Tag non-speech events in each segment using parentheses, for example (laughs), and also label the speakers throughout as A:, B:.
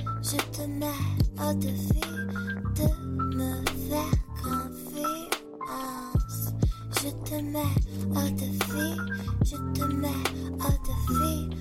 A: le mal à te faire de me faire confiance. Je te mets à te faire, je te mets à te faire.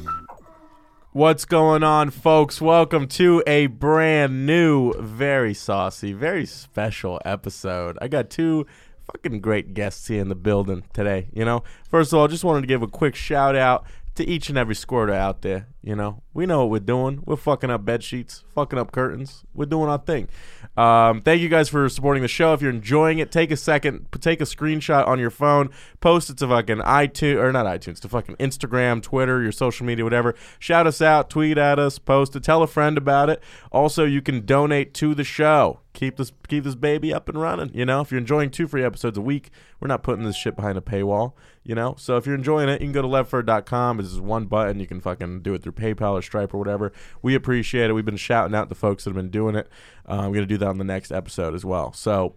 B: What's going on, folks? Welcome to a brand new, very saucy, very special episode. I got two fucking great guests here in the building today. You know, first of all, just wanted to give a quick shout out to each and every squirter out there. You know, we know what we're doing. We're fucking up bed sheets, fucking up curtains. We're doing our thing. Um, thank you guys for supporting the show. If you're enjoying it, take a second, p- take a screenshot on your phone, post it to fucking iTunes or not iTunes, to fucking Instagram, Twitter, your social media, whatever. Shout us out, tweet at us, post it, tell a friend about it. Also, you can donate to the show. Keep this keep this baby up and running. You know, if you're enjoying two free episodes a week, we're not putting this shit behind a paywall. You know, so if you're enjoying it, you can go to levford.com. It's just one button. You can fucking do it through PayPal or Stripe or whatever. We appreciate it. We've been shouting out the folks that have been doing it. Uh, I'm gonna do that on the next episode as well. So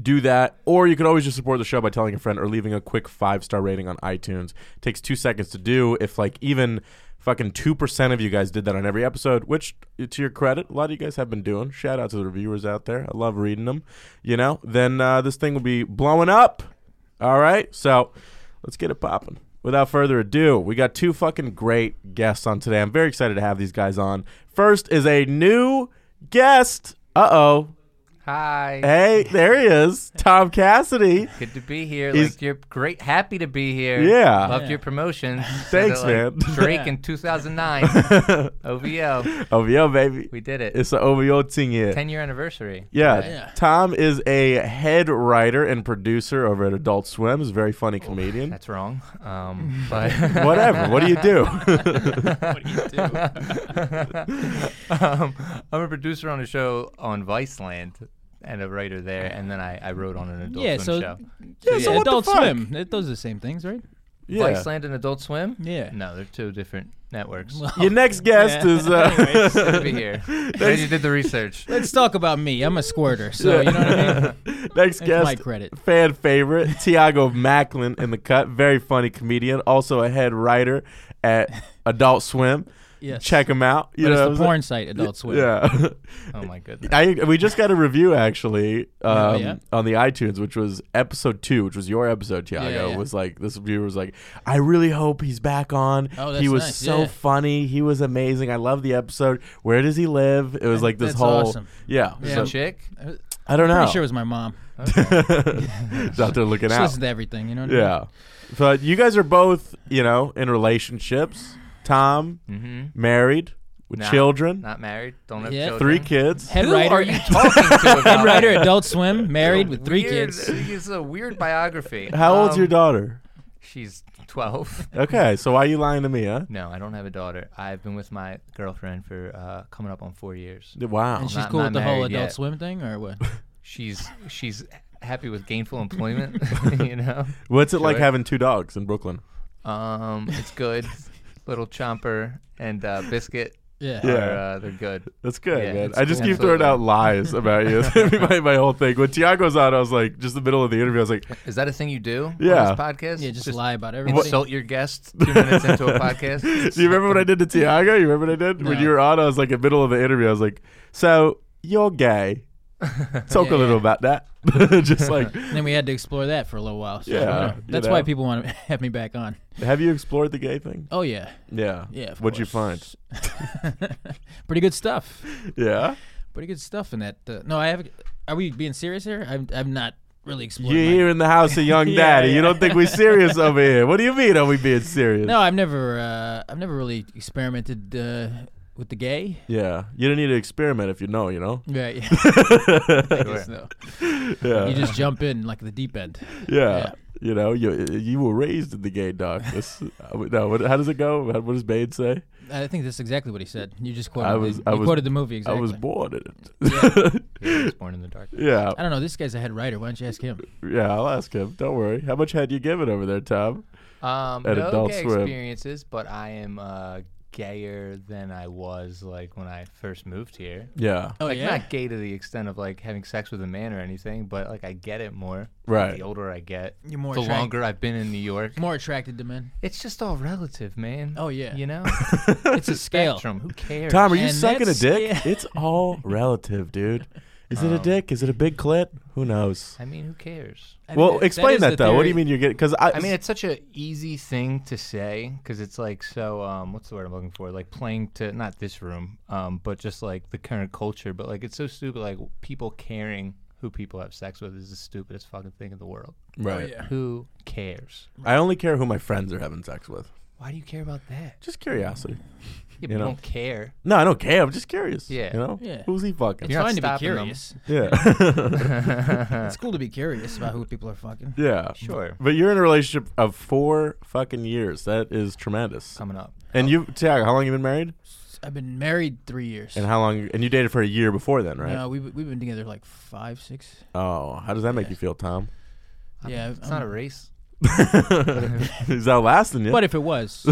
B: do that or you can always just support the show by telling a friend or leaving a quick five star rating on itunes takes two seconds to do if like even fucking 2% of you guys did that on every episode which to your credit a lot of you guys have been doing shout out to the reviewers out there i love reading them you know then uh, this thing will be blowing up all right so let's get it popping without further ado we got two fucking great guests on today i'm very excited to have these guys on first is a new guest uh-oh
C: Hi.
B: Hey, there he is, Tom Cassidy. (laughs)
C: Good to be here.
B: He's-
C: like you're great, happy to be here.
B: Yeah.
C: Loved
D: Yeah.
B: (laughs)
C: your promotion.
B: Thanks, man. (laughs)
C: Drake
D: Yeah.
C: in 2009. OVO.
B: OVO, baby.
C: We did it.
B: It's the OVO thing here.
C: 10 year anniversary.
B: Yeah.
D: Yeah.
B: Tom is a head writer and producer over at Adult Swim. He's a very funny comedian.
C: That's wrong. Um,
B: (laughs)
C: but (laughs)
B: Whatever. What do you do?
D: (laughs) What do you
C: do? (laughs) um, I'm a producer on a show on Viceland and a writer there. And then I, I wrote on an adult
D: yeah,
C: Swim
D: so,
C: show.
B: Yeah, so what the
D: Adult
B: fuck?
D: Swim. It, those are the same things, right?
B: yeah.
C: Viceland and Adult Swim?
D: Yeah.
C: No, they're two different networks.
D: (laughs)
B: Your next guest
D: Yeah.
B: is. Uh,
D: (laughs) Anyways,
C: Good to
B: (laughs)
C: be here. Glad you did the research.
D: Let's talk about me. I'm a squirter, so you know what I mean.
B: (laughs) Next
D: That's
B: guest,
D: my credit.
B: fan favorite, Tiago Macklin in the cut. Very funny comedian. Also a head writer at Adult Swim.
D: (laughs) Yes.
B: Check him out. You
D: But it's
B: know
D: the
B: what I'm
D: porn site, Adult Swim.
B: saying? Yeah. (laughs)
C: Oh, my goodness.
B: I we just got a review actually um,
D: Oh, yeah?
B: on the iTunes, which was episode two, which was your episode, Tiago.
D: Yeah, yeah.
B: Was like this reviewer was like, I really hope he's back on.
D: Oh,
B: he
D: that's
B: was
D: nice,
B: so
D: yeah.
B: funny. He was amazing. I love the episode. Where does he live? It was like this
D: That's
B: whole
D: awesome.
B: yeah.
C: Is
D: Yeah.
C: it
B: so-
C: chick?
B: I don't know.
D: Pretty sure it was my mom.
B: (laughs) She's out there
D: (laughs)
B: looking
D: She
B: out.
D: listens to everything, you know. What
B: Yeah, but you guys are both you know in relationships. Tom
C: Mm-hmm.
B: married with
C: Nah.
B: children,
C: Not married. Don't have
D: Yeah.
C: children.
B: three kids.
D: I mean? Head
C: Who
D: writer.
C: are you
D: (laughs)
C: talking to? About
D: Head writer,
C: that? (laughs)
D: Adult Swim, married with three
C: Weird- (laughs)
D: kids.
C: It's a weird biography.
B: How old's
C: Um,
B: your daughter?
C: She's 12.
B: (laughs) Okay, so why are you lying to me, huh?
C: No, I don't have a daughter. I've been with my girlfriend for uh, coming up on four years.
B: Wow.
D: And she's
C: not-
D: cool
C: not
D: with the whole
C: married
D: Adult
C: yet.
D: Swim thing, or
C: (laughs)
D: what?
C: She's she's happy with
B: (laughs)
C: gainful employment. (laughs) you know,
B: What's it like
C: Sure.
B: having two dogs in Brooklyn?
C: um, it's good. Little Chomper and uh, Biscuit.
D: Yeah.
B: Yeah.
C: Are, uh, they're good.
B: That's good,
C: Yeah,
B: man.
C: it's
B: I just
C: cool.
B: keep throwing
C: Absolutely.
B: out lies about you. (laughs) That's gonna be my, my whole thing. When Tiago's on, I was like, just the middle of the interview, I was like,
C: Is that a thing you do?
B: Yeah.
C: On this podcast.
D: Yeah, just, lie about everything.
C: Insult your guests two minutes
B: (laughs)
C: into a podcast.
B: do you remember what I did to Tiago? You remember what I did? When
D: No.
B: you were on, I was like, in the middle of the interview, I was like, so you're gay. Talk
D: Yeah,
B: a little
D: yeah.
B: about that. (laughs) just like,
D: And then we had to explore that for a little while. So,
B: Yeah,
D: you know,
B: you
D: that's
B: know.
D: why people want to (laughs) have me back on.
B: have you explored the gay thing?
D: Oh yeah, (laughs)
B: Yeah.
D: yeah. of
B: What'd you
D: course. Pretty good stuff.
B: Yeah.
D: Pretty good stuff in that. Uh, no, I have. Are we being serious here? I'm. I'm not really exploring.
B: You're
D: my-
B: here in the house of young
D: Yeah,
B: daddy. You
D: yeah.
B: don't think we're serious over here? What do you mean? Are we being serious?
D: No, I've never. Uh, I've never really experimented uh, with the gay.
B: Yeah. You don't need to experiment if you know. You know.
D: Right. (laughs) Yeah. I guess no.
B: (laughs) Yeah.
D: You just jump in like the deep end.
B: (laughs) Yeah.
D: Yeah.
B: You know, you you were raised in the gay
D: (laughs)
B: darkness. I would- no, what, how does it go? How- What does Bade say?
D: I think that's exactly what he said. You just quoted.
B: I
D: the-
B: was-
D: you
B: I was-
D: quoted the movie exactly.
B: I was born in it.
C: Yeah, I was born in the dark.
B: (laughs) Yeah,
D: I don't know. This guy's a head writer. Why don't you ask him?
B: yeah. I'll ask him. Don't worry. How much head you given over there, Tom?
C: Um,
B: At
C: no
B: Adult
C: gay
B: Swim.
C: experiences, but I am uh, gayer than I was like when I first moved here.
B: Yeah.
D: Oh
C: like
D: yeah.
C: not gay to the extent of like having sex with a man or anything, but like I get it more.
B: Right.
C: The older I get,
D: You're more
C: the
D: attract-
C: longer I've been in New York.
D: More attracted
B: (laughs)
D: to men.
C: It's just all relative, man.
D: Oh, yeah.
C: You
D: (laughs)
C: know,
D: It's a scale.
C: spectrum. Who cares?
B: Tom, are you
D: And
B: sucking a
D: that's-
B: dick?
D: yeah. Um,
B: It's all
D: (laughs)
B: relative, dude. Is it a dick? Is it a big clit? Who knows?
C: I mean, who cares?
D: I mean,
B: well,
D: that-
B: explain
D: is
B: that,
D: the
B: though. What do you
D: theory.
B: mean you're getting? Because I,
C: I mean, it's such a easy thing to say because it's like so. Um, what's the word I'm looking for? Like playing to not this room, um, but just like the current culture. But like it's so stupid. Like people caring who people have sex with is the stupidest fucking thing in the world.
B: right.
D: Oh, yeah.
C: Who cares?
B: I only care who my friends are having sex with.
C: Why do you care about that?
B: Just curiosity.
C: Yeah, but
B: You
C: you
B: know.
C: don't (laughs) care.
B: No, I don't care. I'm just curious.
C: Yeah.
B: You know?
D: Yeah.
B: Who's he fucking?
D: It's
C: You're not
D: fine to be
C: stopping them.
D: curious. (laughs)
B: Yeah.
D: It's cool to be curious about who people are fucking.
B: yeah.
C: Sure.
B: But you're in a relationship of four fucking years. That is tremendous.
C: Coming up.
B: and you, Tiago, how long you been married?
D: I've been married three years.
B: And how long? And you dated for a year before then, right?
D: No, we've we've been together like five, six.
B: Oh, how does that make
D: Yeah.
B: you feel, Tom?
D: (laughs) Yeah,
C: it's
D: I'm-
C: not a race.
B: is that lasting you?
D: But if
B: (laughs)
D: it was,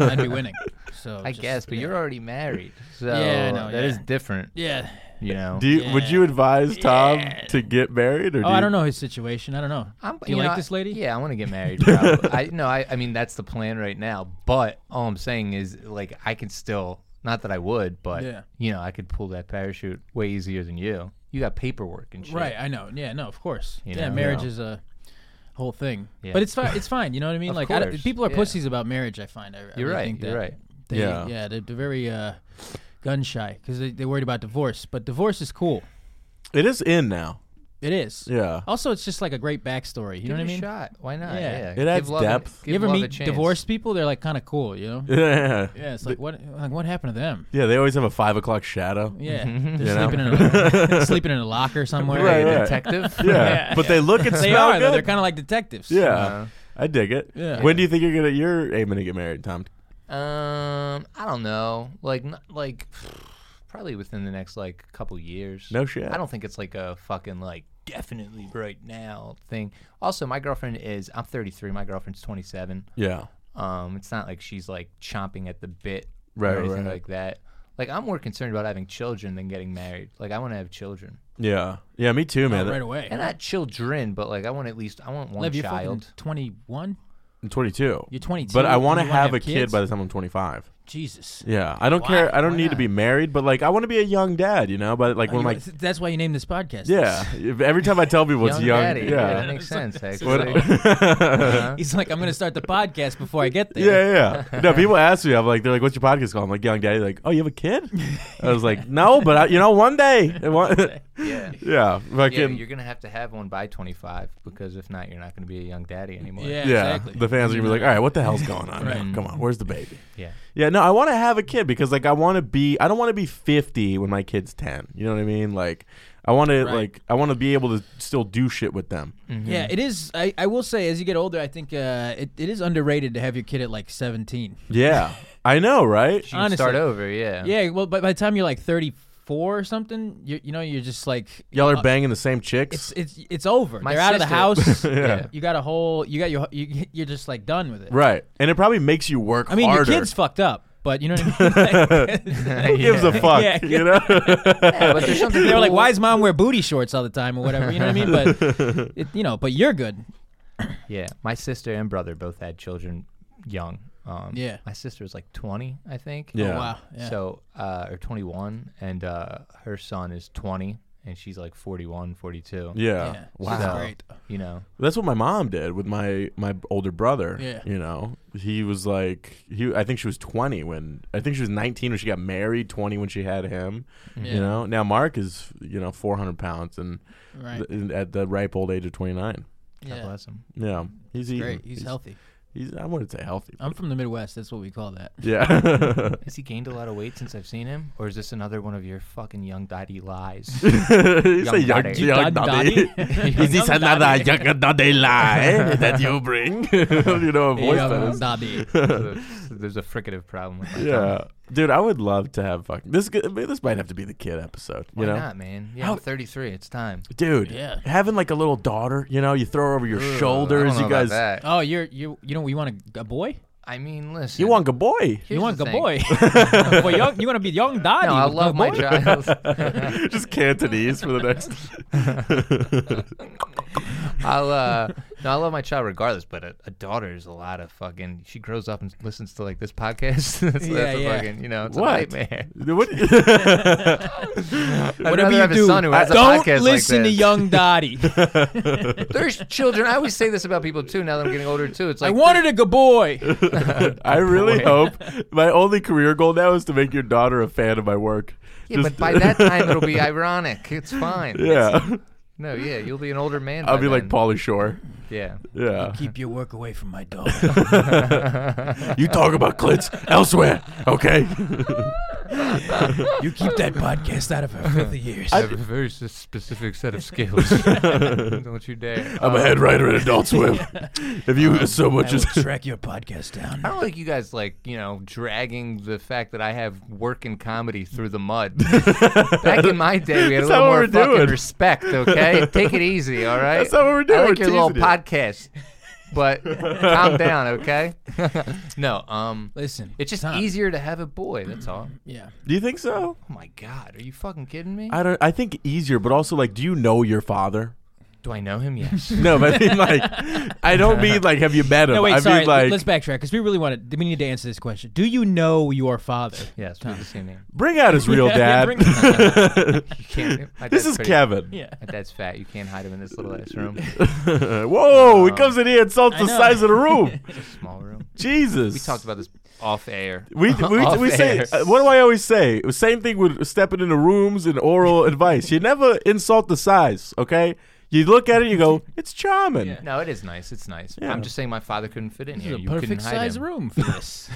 D: I'd be winning. So
C: I
D: just-
C: guess, but you're already (laughs) married, so
D: Yeah, I know,
C: that
D: yeah.
C: is different.
D: Yeah.
C: You know,
B: (laughs) Do you, Would
D: Yeah.
B: you advise Tom
D: Yeah.
B: to get married? Or do
D: Oh, I
B: you-
D: don't know his situation. I don't know.
C: I'm,
D: Do you like
C: know,
D: this lady?
C: Yeah, I want to get
D: (laughs)
C: married. probably. I no, I, I mean that's the plan right now. But all I'm saying is like I can still not that I would, but
D: Yeah.
C: you know I could pull that parachute way easier than you. You got paperwork and shit.
D: Right. I know. Yeah. No. Of course.
C: You
D: yeah.
C: know?
D: Marriage
C: Yeah.
D: is a whole thing.
C: Yeah.
D: But it's fine. It's fine. You know what I mean?
C: Of
D: like I don't-
C: course,
D: people are
C: yeah.
D: pussies about marriage. I find. I, I
C: You're
D: really
C: right.
D: Think
C: You're
D: that
C: right.
D: They,
B: Yeah.
D: yeah. They're, they're very uh, gun shy because they, they're worried about divorce. But divorce is cool.
B: It is in now.
D: It is.
B: Yeah.
D: Also, it's just like a great backstory. You
C: Give
D: know what I
C: it
D: mean?
C: A shot. Why not?
D: Yeah.
C: Yeah.
D: It
C: Give
B: adds
C: love a-
B: depth.
C: give
D: You ever
C: love a
D: meet
C: chance.
D: divorced people? They're like kind of cool. You know?
B: Yeah.
D: Yeah. It's like what like what happened to them?
B: (laughs) Yeah. They always have a five o'clock shadow.
D: Yeah.
B: You
D: They're
B: know?
D: sleeping in
B: (laughs)
D: a sleeping in a locker somewhere.
C: Right,
D: (laughs)
B: Right, right.
C: (laughs) detective.
B: Yeah. But they look and
D: They
B: smell
D: are. Though.
B: good.
D: They're kind of like detectives.
B: yeah.
C: Uh,
B: I dig it.
D: Yeah.
B: When do you think you're gonna you're aiming to get married, Tom?
C: Um, I don't know. Like, n like, (sighs) probably within the next like couple years.
B: No shit.
C: I don't think it's like a fucking like definitely right now thing. Also, my girlfriend is. I'm 33. My girlfriend's 27.
B: Yeah.
C: Um, it's not like she's like chomping at the bit
B: Right,
C: or anything
B: right.
C: like that. Like, I'm more concerned about having children than getting married. Like, I want to have children,
B: Yeah. Yeah. Me too, man.
D: Oh, right away.
C: and not children, but like, I want at least I want one
D: Lev, you're fucking
C: child.
D: 21.
B: I'm 22.
D: You're 22.
B: But I want to
D: and you
B: have a kid
D: kids?
B: by the time I'm 25.
D: Jesus.
B: Yeah, I don't
D: Why?
B: care. I don't
D: Why
B: need to
D: not?
B: be married, but like I want to be a young dad, you know. But like (laughs)
D: Oh,
B: when
D: you-
B: like
D: (laughs) that's why you named this
B: (laughs)
D: podcast.
B: yeah, if- every time I tell people it's
C: young,
B: young,
C: daddy. that
B: yeah. (laughs)
C: makes sense.
B: What-
C: Actually.
B: (laughs)
D: (laughs)
B: yeah,
D: (laughs) He's like, I'm gonna start the podcast before I get
B: (laughs)
D: there.
B: yeah,
D: (laughs)
B: yeah. No, people ask me. I'm like, they're like, "What's your podcast called?" I'm like, "Young Daddy." They're like, "Oh, you have a kid?" I was like, "No, but I, you know, one
D: (laughs)
B: day." And one-
C: yeah.
B: (laughs) yeah,
C: Yeah,
B: fucking.
C: you're gonna have to have one by 25 because if not, you're not gonna be a young daddy anymore.
D: Yeah.
B: Yeah,
D: Exactly.
B: the fans are gonna be like, "All right, what the hell's going on?
D: Right.
B: Come on, where's the baby?"
C: yeah.
B: Yeah, no, I want to have a kid because like I want to be. I don't want to be fifty when my kid's ten. You know what I mean? Like, I want to
D: Right. Mm.
B: like I want to be able to still do shit with them.
D: Yeah, it is. I, I will say, as you get older, I think uh, it, it is underrated to have your kid at like 17. (laughs)
B: Yeah, I know, right?
C: You can start
D: Honestly.
C: over. Yeah. (laughs)
D: Yeah, well, by, by the time you're like 34 or something, you you know, you're just like
B: Y'all are
D: uh,
B: banging the same
D: It's
B: chicks.
D: it's it's over.
C: My
D: They're out of the
C: sister-
D: house.
C: (laughs)
B: Yeah.
D: You got a whole. You got your. You, you're just like done with it.
B: Right, and it probably makes you work
D: I mean,
B: harder.
D: your kid's fucked up, but you know what I
B: (laughs)
D: mean. (laughs)
B: Who gives a fuck?
D: Yeah.
B: You
D: (laughs)
B: know? (laughs)
C: Yeah, but there's something
D: they were like,
C: cool-
D: "Why does mom wear booty shorts all the time or whatever?" You know what I mean?
B: (laughs)
D: But it, you know, but you're good.
C: Yeah. My sister and brother both had children young. Um,
D: Yeah.
C: My sister was like 20, I think. Um,
B: Yeah.
D: Oh, wow. Yeah.
C: So, uh, or 21, and uh, her son is 20, and she's like 41, 42.
B: yeah.
D: Yeah.
B: Wow.
D: She's great.
C: You know.
B: That's what my mom did with my my older brother.
D: Yeah.
B: You know, he was like he. I think she was twenty when I think she was nineteen when she got married. Twenty when she had him. You
D: Mm. Yeah.
B: know, now Mark is you know four hundred pounds and
D: Right.
B: th- and at the ripe old age of twenty nine.
C: God
D: yeah.
C: bless him.
B: Yeah, he's eating.
D: Great. He's healthy.
B: He's I wouldn't say healthy.
D: I'm from the Midwest. That's what we call that.
B: yeah. (laughs)
C: Has he gained a lot of weight since I've seen him, or is this another one of your fucking young daddy lies?
B: (laughs) he's a
C: Young
B: young,
C: daddy.
B: young
D: Dun
B: daddy. (laughs)
D: daddy.
B: Is this
D: Young
B: another
D: daddy.
B: young daddy lie that you bring? (laughs) you know, a voice that
D: Young
B: is.
D: daddy.
C: There's a fricative problem. With my tongue.
B: Yeah, dude, I would love to have fucking this. could- This might have to be the kid episode. You
C: Why
B: know,
C: not, man? Yeah,
B: How-
C: I'm 33. It's time.
B: dude.
D: Yeah.
B: Having like a little daughter, you know, you throw her over your
C: Ugh, I
B: shoulders.
C: don't know
B: You
C: about
B: guys.
C: that.
D: Oh, you're you you know you want a, a boy?
C: I mean, listen.
B: You want good boy.
C: here's
D: you want
C: the
D: a
C: thing.
D: boy?
B: (laughs)
D: (laughs) but young, you want to be young daddy?
C: No, I
D: with
C: love my
D: boy?
C: child.
B: Just Cantonese for the next.
C: (laughs) I'll uh, no, I love my child regardless. But a, a daughter is a lot of fucking. She grows up and listens to like this podcast. (laughs) that's,
D: Yeah,
C: that's a
D: yeah.
C: fucking. You know, it's a
B: What?
C: nightmare. (laughs)
B: (laughs)
C: I'd
D: Whatever
C: rather
D: you
C: have
D: do,
C: a son who has a
D: don't
C: podcast
D: listen
C: like
D: to
C: this. (laughs)
D: young daddy.
C: There's children. I always say this about people too. Now that I'm getting older too, it's
D: I
C: like
D: wanted a good boy.
B: I really hope my only career goal now is to make your daughter a fan of my work.
C: Yeah, but by
B: (laughs)
C: that time it'll be ironic. It's fine.
B: yeah,
C: No, yeah, you'll be an older man.
B: I'll
C: by
B: be like
C: then.
B: Pauly Shore.
C: Yeah.
B: (laughs)
C: (laughs)
B: Yeah,
D: (laughs) Keep your work away from my dog.
B: (laughs) you talk about clits elsewhere, okay?
D: you keep that podcast out of her filthy years.
C: I have a very s- specific set of
B: (laughs)
C: skills. (laughs) Don't you dare.
B: I'm a
C: Um,
B: head writer at Adult
C: (laughs)
B: Swim. If you so much as
D: track your podcast down.
C: I don't like you guys like you know dragging the fact that I have work in comedy through the mud. Back in my day, we had
B: That's not
C: a
B: what
C: little more
B: we're
C: fucking
B: doing.
C: respect. Okay, take it easy. All right.
B: That's not what we're
C: I
B: doing,
C: like your little
B: teasing it.
C: podcast, but calm down. Okay. (laughs) no. Um.
D: Listen,
C: It's just
D: Tom,
C: easier to have a boy. That's all.
D: Yeah,
B: do you think so?
C: Oh my God, are you fucking kidding me?
B: I don't. I think easier, but also like, do you know your father?
C: Do
B: (laughs)
C: I know him? Yes.
B: No, but I mean (laughs) like, I don't mean like, have you met him?
D: No, wait,
B: I
D: sorry.
B: mean like,
D: Let's backtrack because we really wanted. We need to answer this question. Do you know your father?
C: yes. We're the same name.
B: bring
D: (laughs)
B: out his real
D: Yeah,
B: dad.
D: bring him
B: (laughs)
C: You can't. my
B: this
C: dad's
B: is
C: pretty-
B: Kevin.
D: (laughs) yeah.
C: My dad's fat. You can't hide him in this little ass
B: (laughs)
C: room.
B: Whoa! he comes in here and insults
D: I
B: the
D: know.
B: size of the
D: (laughs)
B: room.
C: Small room.
B: Jesus.
C: We talked about
B: (laughs)
C: this off air.
D: (laughs)
B: We we,
C: Off
B: we say
C: air.
B: uh, what do I always say? Same thing with stepping into rooms and
D: (laughs)
B: oral advice. You never insult the size, okay? You look at it, you
D: (laughs)
B: go, it's charming.
D: Yeah.
C: No, it is nice. It's nice.
B: Yeah.
C: I'm just saying my father couldn't fit in
D: This
C: here.
D: is a
C: you couldn't
D: perfect
C: hide
D: size
C: him.
D: room (laughs) for this.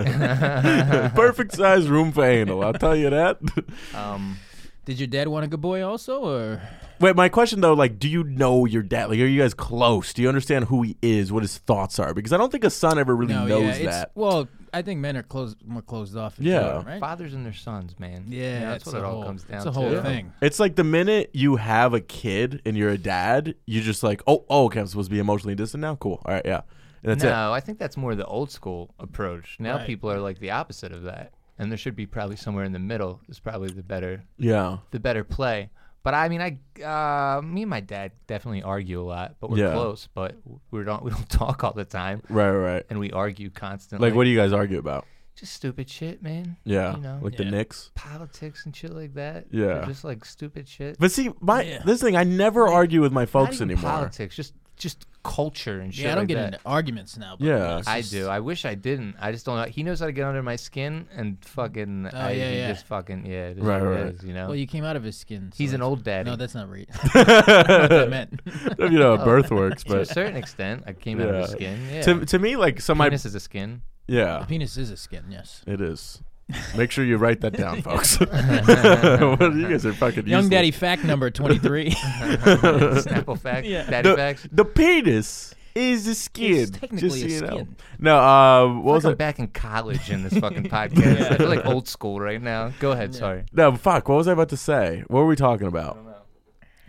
B: (laughs)
D: (laughs)
B: Perfect size room for anal. I'll tell you that.
C: (laughs)
B: (laughs)
C: Um,
D: Did your dad want a good boy also, or
B: Wait, my question though, like, do you know your dad? Like, are you guys close? Do you understand who he is, what his thoughts are? Because I don't think a son ever really
D: no? yeah,
B: knows
D: it's
B: that.
D: well, I think men are closed, more closed off. in
B: Yeah.
D: general, right?
C: fathers and their sons, man.
D: Yeah,
C: You know, that's
D: it's
C: what
D: a
C: it all
D: whole,
C: comes down
D: It's
C: to.
D: a whole thing.
B: It's like the minute you have a kid and you're a dad, you just like, oh, oh, okay, I'm supposed to be emotionally distant now. Cool. All right, yeah, and that's it.
C: No, I think that's more the old school approach. Now
D: Right.
C: people are like the opposite of that, and there should be probably somewhere in the middle is probably the better
B: Yeah,
C: the better play. But I mean, I uh, me and my dad definitely argue a lot, but we're
B: Yeah.
C: close. But we don't (laughs) we don't talk all the time,
B: right, right. right.
C: and we argue constantly.
B: Like, what do you guys argue about?
C: Just stupid shit, man.
B: Yeah,
C: you know,
B: like the
D: Yeah.
B: Knicks.
C: politics and shit like that.
B: Yeah.
C: They're just like stupid shit.
B: But see, my
D: Yeah.
B: this thing, I never argue with my
C: Not
B: folks
C: even
B: anymore.
C: Politics, just just culture and shit.
D: Yeah, I don't
C: like
D: get
C: that.
D: into arguments now. But
B: Yeah.
D: you know, it's
C: I
D: just-
C: do. I wish I didn't. I just don't know. He knows how to get under my skin and fucking.
D: Oh,
C: I,
D: yeah,
C: he
D: yeah.
C: Just fucking. Yeah. It is
B: Right,
C: what
B: right,
C: It
B: right.
C: is, you know.
D: Well, you came out of his skin. so
C: He's an
D: that's-
C: old daddy.
D: No, that's not
C: (laughs)
D: right. (laughs) That's not what I meant.
B: (laughs)
D: (laughs) Oh.
B: you know, how birth works,
C: to a
B: but
C: certain extent, I came out of his
B: Yeah.
C: skin. Yeah.
B: to, to me, like some my
C: Penis is a
B: (laughs)
C: skin.
B: yeah,
D: The penis is a skin. Yes.
B: it is. Make sure you write that
D: (laughs)
B: down, folks. What are- you guys are fucking
D: Young
B: useless.
D: daddy fact number
B: (laughs)
D: twenty three.
C: Snapple fact.
D: Yeah.
C: Daddy
B: The,
C: facts.
B: the penis is the skin.
D: It's technically
B: just so
D: a
B: you know.
D: skin.
B: No, uh, what
C: Well,
B: was
C: I'm
B: I?
C: back in college in
D: (laughs)
C: this fucking podcast. I feel like old school right now. Go ahead. Sorry.
B: No, fuck. What was I about to say? What were we talking about?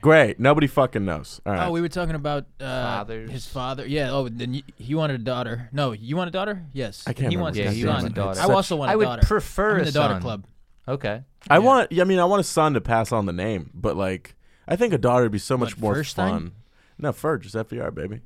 B: Great. Nobody fucking knows. All right.
D: Oh, we were talking about uh,
C: Fathers.
D: his father. Yeah. Oh, then you, he wanted a daughter. No, you want a daughter? Yes.
B: I can't
D: He
B: remember.
D: wants
C: Yeah,
D: a
C: he
D: son.
C: wants a daughter.
D: I also want a
C: I would
D: daughter.
C: prefer
D: I'm in
C: a
D: the daughter
C: son.
D: club.
C: Okay.
B: I
D: Yeah.
B: want. I mean, I want a son to pass on the name, but like, I think a daughter would be so much
D: What,
B: more
D: Furstein?
B: fun. No, Fur, just FDR, E baby.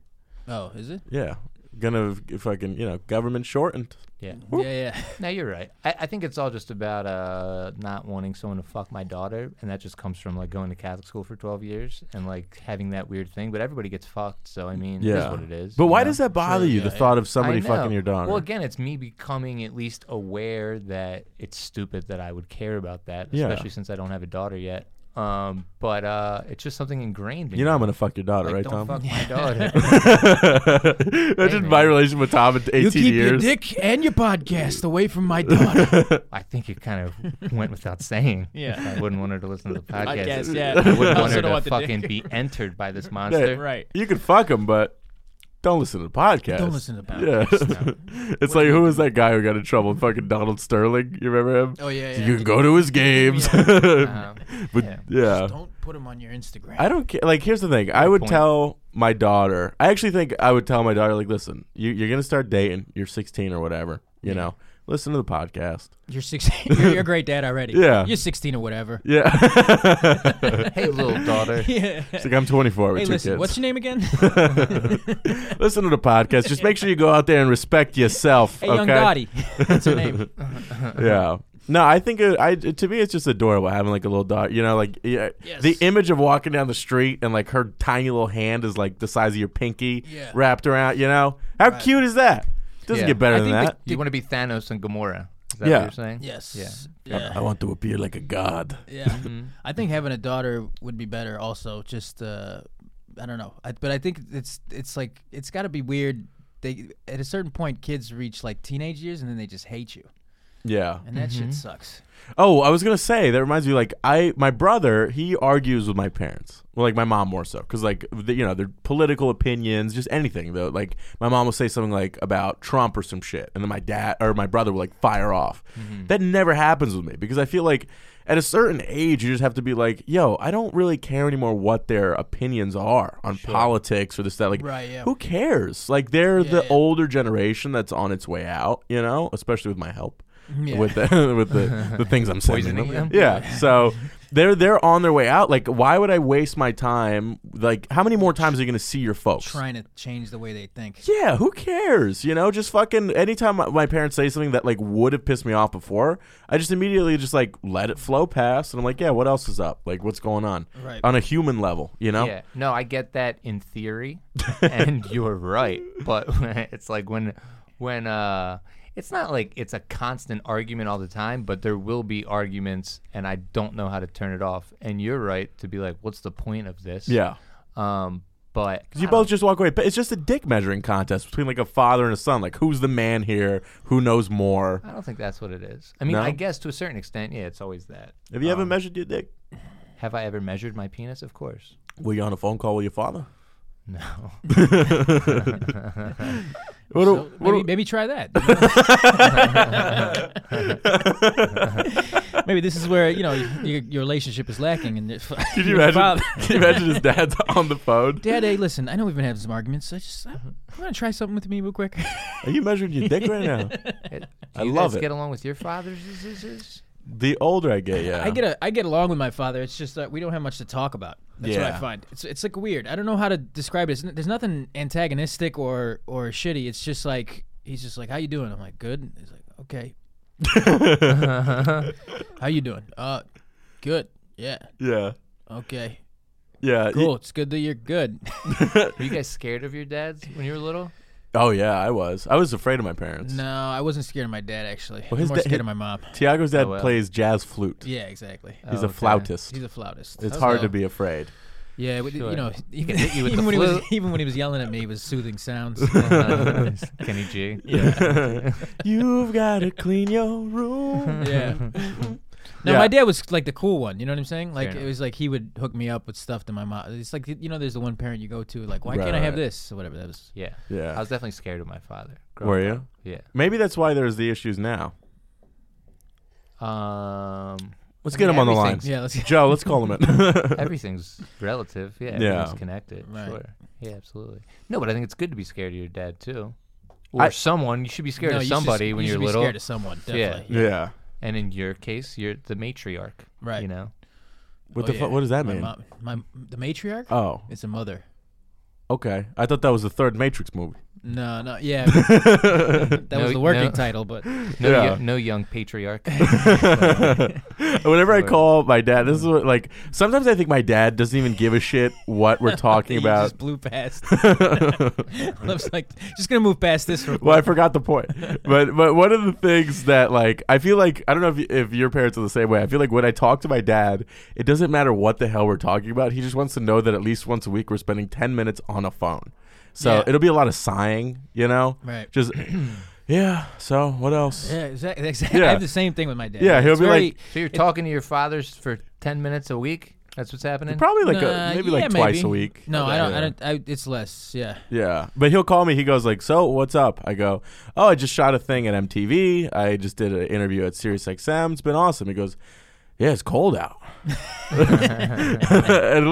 D: Oh, is it?
B: Yeah, gonna f- fucking you know government shortened.
C: Yeah.
B: Whoop.
D: Yeah, yeah.
C: No, you're right. I, I think it's all just about uh, not wanting someone to fuck my daughter, and that just comes from like going to Catholic school for 12 years and like having that weird thing. But everybody gets fucked, so I mean, it is
B: Yeah,
C: what it is.
B: But
C: you
B: why
C: know?
B: does that bother
D: Sure,
B: you?
D: yeah,
B: the
D: yeah.
B: thought of
C: I
B: somebody
C: know.
B: fucking your daughter.
C: Well, again, it's me becoming at least aware that it's stupid that I would care about that,
B: Yeah.
C: especially since I don't have a daughter yet. Um, but uh, it's just something ingrained. In
B: you know
C: me.
B: I'm gonna fuck your daughter,
C: like,
B: right,
C: don't
B: Tom? (laughs)
C: fuck my daughter.
B: That's just my
C: man.
B: relation with Tom in 18
D: You keep
B: years.
D: your dick and
B: (laughs)
D: your podcast away from my daughter.
C: I think it kind of went without saying.
D: Yeah.
C: I wouldn't want her to listen to the podcast.
D: Podcast, yeah.
C: I wouldn't
D: (laughs) I
C: want
D: also
C: her
D: don't
C: to
D: want the dick. (laughs)
C: fucking be entered by this monster.
D: Right.
B: You can fuck him, but Don't listen to the podcast.
D: Don't listen to the
B: (laughs) podcast. Yeah. it's like who was that guy who got in trouble? Fucking Donald Sterling. You remember him?
D: Oh, yeah,
B: So
D: yeah. Uh-huh.
B: You can go to his games. (laughs)
C: Um,
B: but yeah.
C: Yeah.
D: Don't put them on your Instagram.
B: I don't care. Like, here's the thing. I would
C: point.
B: tell my daughter. I actually think I would tell my daughter, like, listen, you, you're gonna start dating. You're 16 or whatever. You know, listen to the podcast.
D: You're 16. (laughs) You're, you're a great dad already.
B: (laughs) Yeah.
D: You're 16 or whatever. (laughs)
B: Yeah. (laughs)
C: hey, little daughter.
D: Yeah.
B: it's like I'm 24 with
D: Hey,
B: two
D: listen.
B: kids.
D: What's your
B: (laughs)
D: name again?
B: listen to the podcast. Just make sure you go out there and respect yourself.
D: hey,
B: okay? (laughs)
D: young Dottie. That's her name.
B: yeah. No, I think it, I to me it's just adorable having like a little dog. You know, like yeah,
D: Yes.
B: the image of walking down the street and like her tiny little hand is like the size of your pinky,
D: Yeah.
B: wrapped around. You know, how cute is that? Doesn't
C: Yeah.
B: get better
C: I
B: than
C: think
B: that.
C: You want to be Thanos and Gamora. Is that
B: Yeah.
C: what you're saying?
D: (laughs) Yes.
C: Yeah.
D: Yeah.
B: I want to appear like a god.
D: Yeah, Mm-hmm. I think having a daughter would be better. Also, just uh, I don't know, I, but I think it's it's like it's got to be weird. They at a certain point, kids reach like teenage years, and then they just hate you,
B: Yeah.
D: and that shit sucks.
B: Oh, I was gonna say that reminds me. Like I, my brother, he argues with my parents. Well, like my mom more so, because like the, you know their political opinions, just anything though. Like my mom will say something like about Trump or some shit, and then my dad or my brother will like fire off.
D: Mm-hmm.
B: That never happens with me because I feel like at a certain age you just have to be like, yo, I don't really care anymore what their opinions are on politics or this that. Like,
D: Right, yeah.
B: who cares? Like they're the
D: yeah.
B: older generation that's on its way out. You know, especially with my help
D: Yeah.
B: with the (laughs) with the, the things I'm saying.
C: Poisoning them?
B: Yeah. So they're they're on their way out. Like, why would I waste my time? Like, how many more times are you gonna see your folks?
D: Trying to change the way they think.
B: yeah, who cares? You know, just fucking. Anytime my, my parents say something that like would have pissed me off before, I just immediately just like let it flow past, and I'm like, yeah, what else is up? Like, what's going on?
D: Right.
B: On a human level, you know.
C: Yeah. No, I get that in
B: (laughs)
C: theory, and you're right. But (laughs) it's like when, when uh, it's not like it's a constant argument all the time, but there will be arguments, and I don't know how to turn it off. And you're right to be like, what's the point of this?
B: Yeah.
C: Um, but
B: You
C: I
B: both just walk away. But it's just a dick measuring contest between like a father and a son. Like, who's the man here? Who knows more?
C: don't- I don't think that's what it is. I mean,
B: No?
C: I guess to a certain extent, yeah, it's always that. Um,
B: Have you ever measured your dick?
C: Have I ever measured my penis? Of course.
B: Were you on a phone call with your father? (laughs)
C: No.
B: What do-
D: So
B: what do-
D: maybe,
B: (laughs)
D: maybe try that. (laughs) maybe this is where you know your, your relationship is lacking. And
B: (laughs) Can you imagine? Can you imagine his dad's on the phone?
D: Dad, hey, listen. I know we've been having some arguments. So I just,
B: Uh-huh.
D: I want to try something with me
B: (laughs)
D: real quick.
B: Are you measuring your dick right now?
C: It- do
B: I
C: you
B: love
C: guys
B: it.
C: Get along with your father's
B: (laughs)
C: diseases.
B: (laughs)
C: (laughs)
B: The older I get, yeah,
D: I get a, I get along with my father. It's just that we don't have much to talk about. That's what
B: Yeah.
D: I find. It's it's like weird. I don't know how to describe it. It's, n- there's nothing antagonistic or or shitty. It's just like he's just like, "How you doing?" I'm like, "Good." And he's like, "Okay." How you doing? Uh, good. Yeah.
B: yeah,
D: Okay.
B: yeah.
D: Cool. It's good that
B: (laughs)
D: you're good.
C: Were you guys scared of your dads when you were little?
B: Oh yeah, I was. I was afraid of my parents.
D: no, I wasn't scared of my dad actually. I
B: Well,
D: was
B: his
D: more
B: da-
D: scared
B: his-
D: of my mom.
B: Tiago's dad
C: Oh, well.
B: plays jazz flute.
D: Yeah, exactly.
B: He's a
C: Okay.
B: flautist.
D: He's a flautist.
B: it's hard
D: So-
B: to be afraid.
D: Yeah, we,
C: Sure. (laughs)
D: you know, even,
C: hit you with
D: even
C: the
D: when he was
C: flute.
D: even when he was yelling at me, it was
B: (laughs)
D: soothing sounds.
C: Uh, Kenny G. (laughs)
B: You've got to clean
D: (laughs)
B: your room.
D: yeah. No,
B: Yeah.
D: my dad was like the cool one. You know what I'm saying? Like
C: enough.
D: it was like he would hook me up with stuff that my mom. It's like you know, there's the one parent you go to. Like, why can't I have
B: Right.
D: this or whatever that was.
C: Yeah.
B: Yeah.
C: I was definitely scared of my father.
B: Were
C: growing up.
B: you?
C: Yeah.
B: Maybe that's why there's the issues now.
C: Um,
B: Let's
C: I
B: get
C: mean,
B: him on the line.
C: everything's-
D: Yeah, let's. (laughs)
B: Joe, let's call him in.
C: Everything's relative. Yeah.
B: Yeah.
C: Everything's connected.
D: Right.
C: Sure. Yeah, absolutely. No, but I think it's good to be scared of your dad too. Or
B: I-
C: someone. You should be scared
D: no,
C: of
D: you should-
C: somebody when
D: you
C: you're
D: should be
C: little.
D: Scared of someone,
B: (laughs)
D: definitely.
B: yeah.
C: and in your case, you're the matriarch.
D: Right.
C: You know.
B: What
D: Oh,
B: the
D: yeah.
B: fuck? What does that
D: my
B: mean?
D: Mom, my the matriarch.
B: Oh,
D: It's a mother.
B: okay. I thought that was the third Matrix
D: (laughs)
B: movie.
D: No, no, yeah.
B: (laughs)
D: that
C: No,
D: was the working
C: no.
D: title, but
C: No,
B: Yeah.
C: yo- no young
D: (laughs)
C: patriarch.
B: (laughs) Whenever I call my dad, this is what, like sometimes I think my dad doesn't even give a shit what
D: (laughs)
B: we're talking
D: you
B: about.
D: just blew
B: (laughs)
D: past. (laughs) I was like, just gonna move past this. real
B: Well, I forgot the point, but but one of the things that like I feel like I don't know if, y- if your parents are the same way. I feel like when I talk to my dad, it doesn't matter what the hell we're talking about. He just wants to know that at least once a week we're spending ten minutes on a phone. So
D: Yeah.
B: it'll be a lot of sighing, you know.
D: Right. Eh,
B: Just (clears throat) yeah. So what else?
D: (laughs) Yeah, exactly. exactly.
B: Yeah.
D: I have the same thing with my dad.
B: Yeah, he'll
D: It's
B: be
D: very-
B: like-
C: So you're talking to your fathers for ten minutes a week? That's what's happening.
B: Probably like
D: Nah,
B: a, maybe
D: yeah,
B: like twice
D: maybe.
B: a week.
D: No, I don't.
B: Yeah.
D: I don't. I, it's less. Yeah.
B: Yeah, but he'll call me. He goes like, "So what's up?" I go, "Oh, I just shot a thing at MTV. I just did an interview at SiriusXM. It's been awesome." He goes, "Yeah, it's cold out." (laughs) and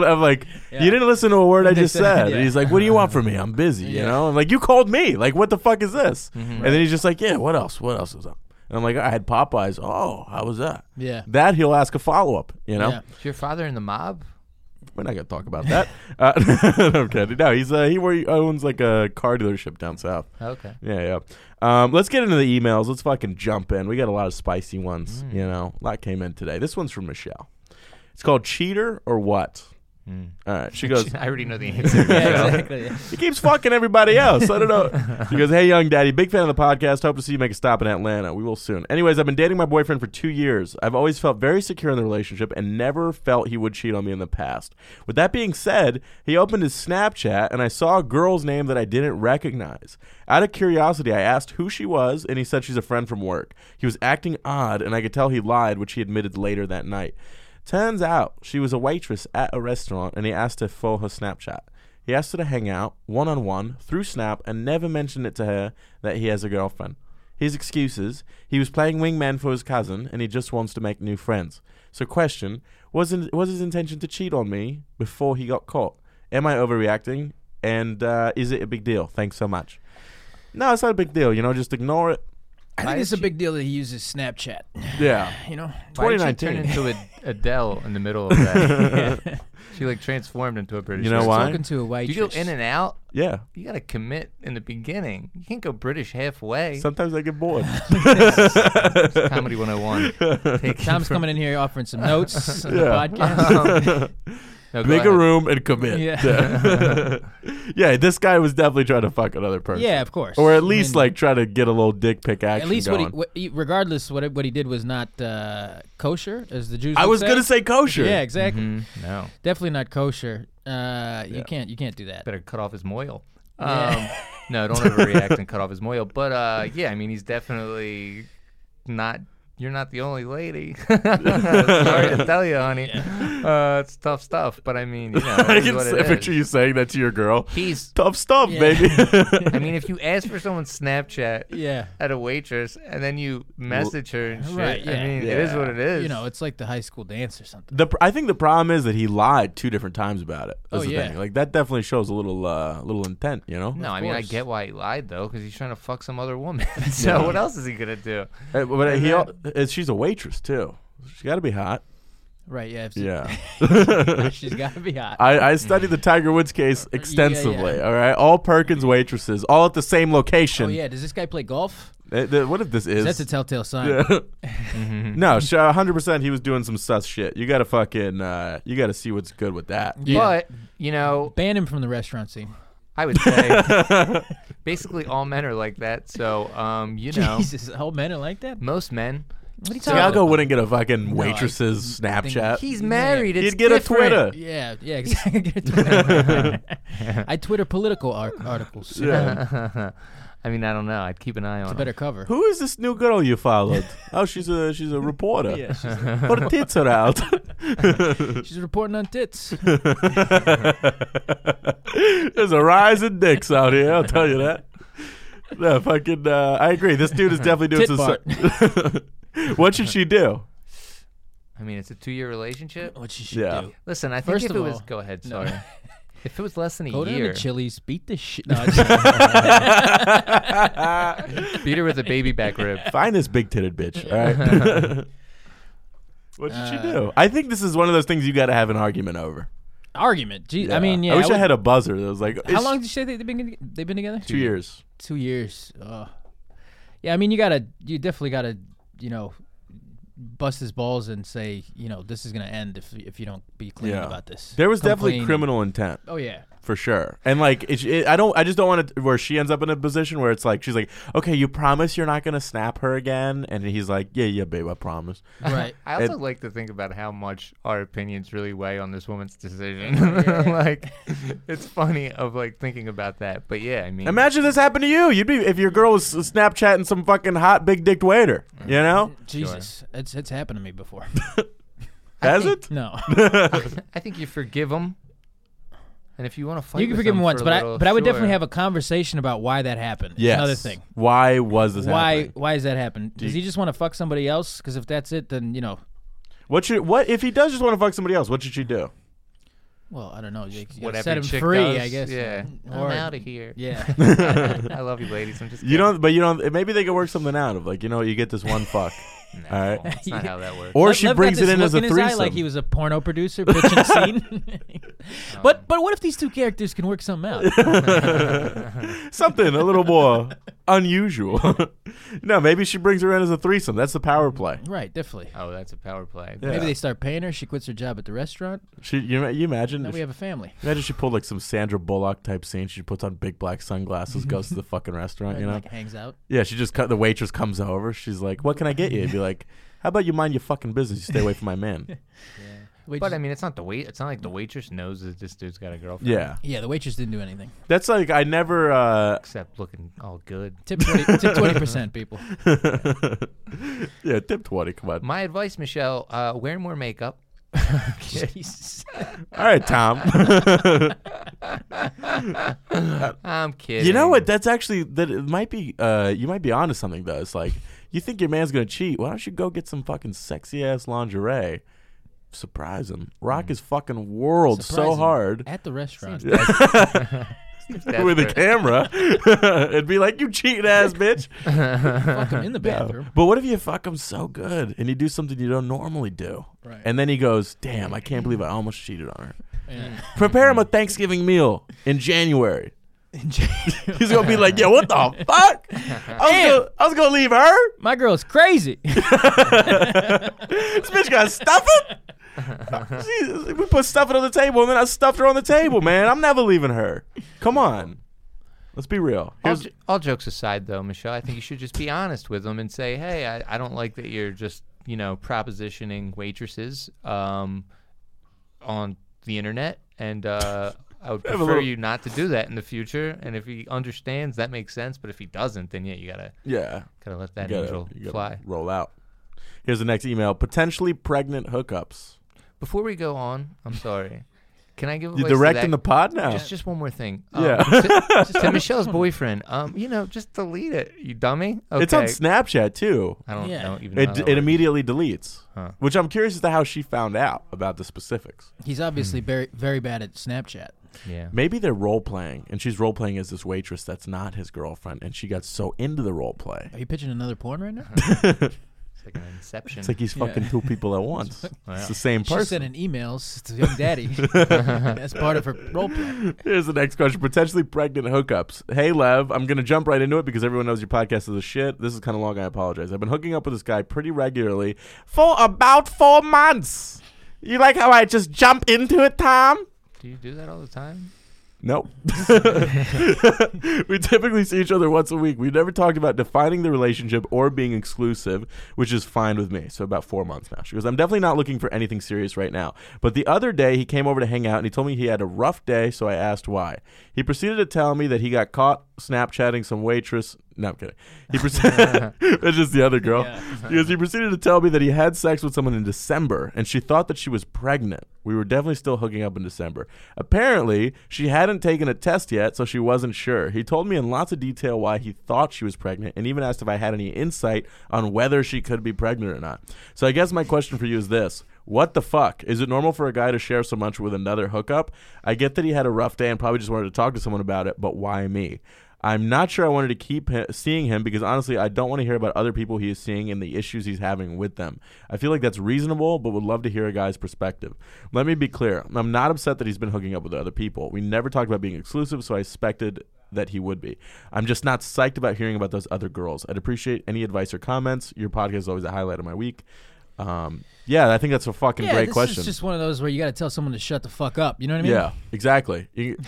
B: I'm like,
D: Yeah.
B: "You didn't listen to a word I just said."
D: (laughs) Yeah.
B: And he's like, "What do you want from me? I'm busy." You
D: Yeah. Mm-hmm.
B: know, I'm like, "You called me. Like, what the fuck is this?" And then he's just like, "Yeah, what else? What else is up?" And I'm like, "I had Popeyes. Oh, how was that?"
D: Yeah.
B: That he'll ask a follow up. You know.
D: Yeah.
C: Is your father in the mob?
B: We're not gonna talk about that. (laughs) uh, no, I'm kidding. No, he's uh, he wor- owns like a car dealership down south.
C: Okay.
B: Yeah, yeah. Um, let's get into the emails. Let's fucking jump in. We got a lot of spicy ones. You know, a lot came in today. This one's from Michelle. It's called cheater or what? All right, she goes.
C: (laughs) I already know
B: (laughs)
C: the answer. (laughs)
D: Yeah, exactly. yeah.
B: He keeps fucking everybody else. I don't know. She goes, Hey, young daddy, big fan of the podcast. Hope to see you make a stop in Atlanta. We will soon. Anyways, I've been dating my boyfriend for two years. I've always felt very secure in the relationship and never felt he would cheat on me in the past. With that being said, he opened his Snapchat and I saw a girl's name that I didn't recognize. Out of curiosity, I asked who she was, and he said she's a friend from work. He was acting odd, and I could tell he lied, which he admitted later that night. Turns out she was a waitress at a restaurant, and he asked her for her Snapchat. He asked her to hang out one on one through Snap and never mentioned it to her that he has a girlfriend. His excuses he was playing wingman for his cousin and he just wants to make new friends. So, question wasn't was his intention to cheat on me before he got caught? Am I overreacting? And uh, is it a big deal? Thanks so much. No, it's not a big deal. You know, just ignore it.
D: I think it's a big deal that he uses Snapchat. (sighs)
B: Yeah.
D: You know.
C: Why did she turn
B: 2019.
C: into a Adele in the middle of that?
B: (laughs)
C: She like transformed into a British.
B: You know
C: waitress.
B: (laughs) why?
D: Talking to a
C: You
D: waitress.
C: go in and out.
B: Yeah.
C: You gotta commit in the beginning. You can't go British halfway.
B: Sometimes I get (laughs) bored. (laughs)
C: Comedy 101. Take it (laughs)
D: (laughs) Tom's
C: from-
D: coming in here offering some notes on the
B: Yeah.
D: podcast.
B: (laughs)
C: No, go
B: Make a
C: ahead.
B: room and commit. (laughs)
D: Yeah.
B: yeah, this guy was definitely trying to fuck another person.
D: yeah, of course.
B: or at
D: I
B: least
D: mean,
B: like try to get a little dick pic action.
D: At least what
B: going.
D: he, what he, regardless, what what he did was not uh, kosher, as the Jews.
B: I
D: would
B: was gonna say kosher. (laughs)
D: Yeah, exactly.
C: Mm, no.
D: Definitely not kosher. Uh, you
B: Yeah.
D: can't you can't
B: (laughs)
D: do that.
C: better cut off his moil. Um,
D: Yeah.
C: no, don't overreact and cut off his moil. But uh, yeah, I mean, he's definitely not. You're not the only lady. (laughs) Sorry to tell you, honey. Uh, it's tough stuff. But I mean, you
D: (laughs)
C: know, it
B: I
C: is
B: can
C: what
B: say,
C: it
B: picture
C: is.
B: you saying that to your girl.
C: He's.
B: Tough stuff,
D: Yeah. (laughs)
B: baby. (laughs)
C: I mean, if you ask for someone's Snapchat
D: Yeah.
C: at a waitress and then you message her and shit,
D: Right, yeah.
C: I mean, it is what it is.
D: You know, it's like the high school dance or something.
B: the pr- I think the problem is that he lied two different times about it. That's
D: Oh,
B: the
D: yeah.
B: thing. Like that definitely shows a little uh, little intent. You know.
C: no, I mean, I
D: course.
C: get why he lied though, because he's trying to fuck some other woman. (laughs) so what else is he gonna do?
B: Uh, But
C: And
B: he,
C: then-
B: al- uh, she's a waitress too. She's got to be hot.
D: Right? Yeah.
B: (laughs)
D: if- (laughs)
B: Yeah.
D: she's got to be hot. Oh,
B: I, I studied the Tiger Woods case extensively.
D: yeah.
B: All right, all Perkins waitresses, all at the same location.
D: oh yeah. Does this guy play golf?
B: Uh, th- what if this is?
D: That's a telltale sign.
B: (laughs) Yeah.
D: Mm-hmm.
B: no, sure, hundred percent. He was doing some sus shit. You gotta fucking, uh, you gotta see what's good with that.
D: (laughs)
B: (laughs)
D: Yeah.
C: But you know,
D: Ban him from the restaurant scene.
C: I would
D: (laughs)
C: say basically all men are like that. So, um,
D: (laughs)
C: you know,
D: Jesus, all men are like that.
C: most men. What are you talking
B: Tiago
C: about?
B: wouldn't get a fucking
D: I
B: waitress's
D: Uh,
B: Snapchat.
C: He's married. It's
B: He'd get a
C: different.
B: Twitter.
C: (laughs)
D: Yeah,
B: (laughs)
D: yeah, exactly. (laughs) I Twitter political ar-
B: (laughs)
D: articles.
B: Yeah.
C: I mean, I don't know. I'd keep an eye on
D: It's a
C: him.
D: better cover.
B: Who is this new girl you
D: (laughs)
B: followed? oh, she's a she's a reporter.
C: (laughs)
B: Her tits are out. (laughs)
D: She's reporting on tits. (laughs)
B: There's a rise in dicks out here. I'll tell you that. No, fucking. Uh, I agree. This dude is definitely doing
D: Tit
B: some. (laughs) what should she do?
C: I mean, it's a two-year relationship.
D: What she should
B: Yeah. (laughs)
D: do.
C: Listen, I think
D: Oh, First
C: if
D: of
C: it was
D: all-
C: go ahead,
D: No.
C: sorry.
D: (laughs)
C: if it was less than a
D: Go down to
C: year,
D: Chili's, beat
B: (laughs)
D: the shit. No, it's-
B: Uh,
C: beat her with a baby back
D: (laughs)
C: rib.
B: Find this big titted bitch. All right. what should
D: Uh,
B: she do? I think this is one of those things you got to have an argument over.
D: (laughs) argument. Gee, I mean, yeah.
B: I wish I,
D: would-
B: had a buzzer that was like,
D: How
B: it's
D: long did you say they- they've been they've been together?
B: Two years.
D: Two years. Oh. Yeah, I mean, you gotta, you definitely gotta, you know, bust his balls and say, you know, this is gonna end if if you don't be clean
B: Yeah.
D: about this.
B: There was
D: Come
B: definitely
D: clean.
B: criminal intent
D: Oh
B: (laughs)
D: yeah.
B: for sure, and like, it, it, I don't, I just don't want it where she ends up in a position where it's like she's like, okay, you promise you're not gonna snap her again, and he's like, yeah, yeah, babe, I promise.
D: Right.
C: I also
B: It-
C: like to think about how much our opinions really weigh on this woman's decision. (laughs) like, it's funny of like thinking about that. But yeah, I mean,
B: Imagine this happened to you. You'd be if your girl was Snapchatting some fucking hot big dicked waiter, you know?
D: Jesus, it's it's happened to me before.
B: Has it? (laughs)
C: think-
D: (laughs) No,
C: (laughs) I think you forgive them, and if you want to fight,
D: you can
C: with
D: forgive him
C: them
D: once,
C: for a
D: but I
C: little,
D: but I would definitely
C: sure.
D: have a conversation about why that happened.
B: Yes.
D: Another thing.
B: Why was this
D: Why
B: happening?
D: why does that happen? Does
B: you-
D: he just want to fuck somebody else? Because if that's it, then you know.
B: What should what if he does just want to fuck somebody else? What should she do?
D: Well, I don't know. You, you gotta
C: Whatever
D: set him
C: chick
D: free,
C: does,
D: I guess.
C: Yeah,
D: Or-
C: I'm out of here.
D: (laughs)
C: (laughs)
D: Yeah.
C: I love you, ladies. I'm just.
B: You don't, but you don't. Maybe they could work something out of like you know you get this one fuck,
C: kidding.
B: all right?
C: that's not how that works.
B: (laughs) or
D: Lev-
B: she
D: Lev got
B: brings it
D: this
B: in
D: look
B: as a
D: his
B: threesome.
D: eye like he was a porno
B: (laughs)
D: producer pitching scene. (laughs) but but what if these two characters can work
B: (laughs)
D: something out?
B: Something a little
D: (laughs)
B: more unusual. (laughs) no, maybe she brings her in as a threesome. That's the power play.
D: right, definitely.
C: Oh, that's a power play.
B: Yeah.
D: Maybe they start paying her. She quits her job at the restaurant.
B: She, you, you imagine?
D: Now we have a family.
B: imagine she pulled like some Sandra Bullock type scene. She puts on big black sunglasses, goes
D: (laughs)
B: to the fucking restaurant. You know?
D: Like hangs out.
B: Yeah, she just cut. The waitress comes over. She's like, "What can I get you?" You'd be like, "How about you mind your fucking business? You stay away from my
D: (laughs)
B: man."
D: Wait,
C: But um, I mean, it's not the wait. It's not like the waitress knows that this dude's got a girlfriend.
B: yeah,
D: yeah, the waitress didn't do anything.
B: that's like I never. uh
C: Except looking all good.
D: Tip twenty tip twenty
B: (laughs)
D: percent, people.
B: Yeah, tip twenty. Come on.
C: My advice, Michelle, uh, wear more makeup.
D: (laughs)
C: Jesus.
B: All right, Tom.
C: I'm
B: (laughs)
C: kidding.
B: you know what? That's actually that. It might be. Uh, you might be onto something though. It's like you think your man's gonna cheat. Why don't you go get some fucking sexy ass lingerie? Surprise him. Rock his fucking world
D: Mm. Surprise
B: so
D: him.
B: hard
D: At the restaurant.
C: That's
B: (laughs) with a
C: for-
B: camera. It'd be like you cheating ass
D: (laughs)
B: bitch.
C: (laughs)
D: Fuck him
B: (laughs)
D: in the bathroom.
B: But what if you fuck him so good and you do something you don't normally do?
D: Right.
B: And then he goes, "Damn, I can't believe I almost cheated on
D: (laughs)
B: her." (laughs)
D: Yeah.
B: Prepare him a Thanksgiving meal in January. (laughs) He's gonna be like, "Yo, what
C: (laughs)
B: the fuck? I was, gonna, I was gonna leave her.
D: My
B: (laughs)
D: girl's crazy.
B: This bitch got stuffing. Jesus, we put stuffing on the table, and then I stuffed her on the table. Man, I'm never leaving her. Come on, let's be real.
C: All,
B: Here's-
C: j- all jokes aside, though, Michelle, I think you should just be honest with them and say, "Hey, I, I don't like that you're just you know propositioning waitresses um, on the internet, and uh,
B: (laughs)
C: I would
B: have a
C: prefer
B: little-
C: you not to do that in the future." And if he understands, that makes sense. But if he doesn't, then yeah, you gotta
B: yeah,
C: gotta let that
B: you gotta-
C: angel
B: you gotta
C: fly.
B: roll out. Here's the next email: potentially pregnant hookups.
C: Before we go on, I'm sorry. Can I give
B: You
C: advice to that
B: directing the pod now?
C: Just, just one more thing. Um,
B: Yeah.
C: to,
B: (laughs)
C: to Michelle's boyfriend. Um, you know, just delete it, you dummy. Okay.
B: It's on Snapchat too.
C: I don't,
D: Yeah.
C: I don't even. know
B: It
C: how
B: d-
C: that
B: it
C: works.
B: immediately deletes,
C: Huh.
B: which I'm curious as to how she found out about the specifics.
D: He's obviously very very bad at Snapchat.
C: Yeah.
B: Maybe they're role playing, and she's role playing as this waitress that's not his girlfriend, and she got so into the role play.
D: Are you pitching another porn right now?
C: It's like an
B: (laughs)
C: inception.
B: It's like he's fucking two people at once. It's the same
D: She's
B: person.
D: sending emails to young daddy. That's part of her role play.
B: (laughs) Here's the next question: potentially pregnant hookups. Hey, Lev, I'm gonna jump right into it because everyone knows your podcast is a shit. This is kind of long. I apologize. I've been hooking up with this guy pretty regularly for about four months. You like how I just jump into it, Tom?
C: do you do that all the time?
B: Nope. (laughs) we typically see each other once a week. We've never talked about defining the relationship or being exclusive, which is fine with me. So about four months now. She goes, I'm definitely not looking for anything serious right now. But the other day he came over to hang out and he told me he had a rough day, so I asked why. He proceeded to tell me that he got caught Snapchatting some waitress. No, I'm kidding. He proceeded (laughs) That's just the other girl. He goes, he proceeded to tell me that he had sex with someone in December and she thought that she was pregnant. We were definitely still hooking up in December. Apparently, she hadn't taken a test yet, so she wasn't sure. He told me in lots of detail why he thought she was pregnant and even asked if I had any insight on whether she could be pregnant or not. So I guess my question for you is this. What the fuck? Is it normal for a guy to share so much with another hookup? I get that he had a rough day and probably just wanted to talk to someone about it, but why me? I'm not sure I wanted to keep hi- seeing him because honestly, I don't want to hear about other people he is seeing and the issues he's having with them. I feel like that's reasonable, but would love to hear a guy's perspective. Let me be clear I'm not upset that he's been hooking up with other people. We never talked about being exclusive, so I expected that he would be. I'm just not psyched about hearing about those other girls. I'd appreciate any advice or comments. Your podcast is always a highlight of my week. Um, yeah, I think that's a fucking
D: Yeah,
B: great
D: this
B: question.
D: is just one of those where you got to tell someone to shut the fuck up. You know what I mean?
B: Yeah, exactly. You-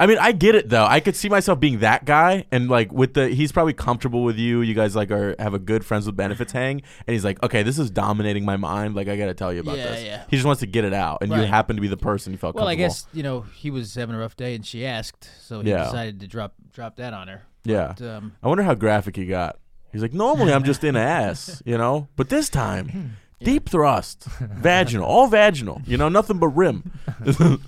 B: I mean, I get it though. I could see myself being that guy, and like with the, he's probably comfortable with you. You guys like are have a good friends with benefits
D: Mm-hmm.
B: hang, and he's like, okay, this is dominating my mind. Like I got to tell you about
D: Yeah,
B: this.
D: yeah.
B: He just wants to get it out, and you
D: Right.
B: happen to be the person you felt.
D: Well, I
B: comfortable.
D: guess you know he was having a rough day, and she asked, so he
B: Yeah.
D: decided to drop drop that on her.
B: Yeah.
D: But, um, (laughs)
B: I wonder how graphic he got. He's like, normally I'm just in ass, you know, but this time Deep thrust, vaginal, all vaginal. You know, nothing but rim. (laughs)
D: Felt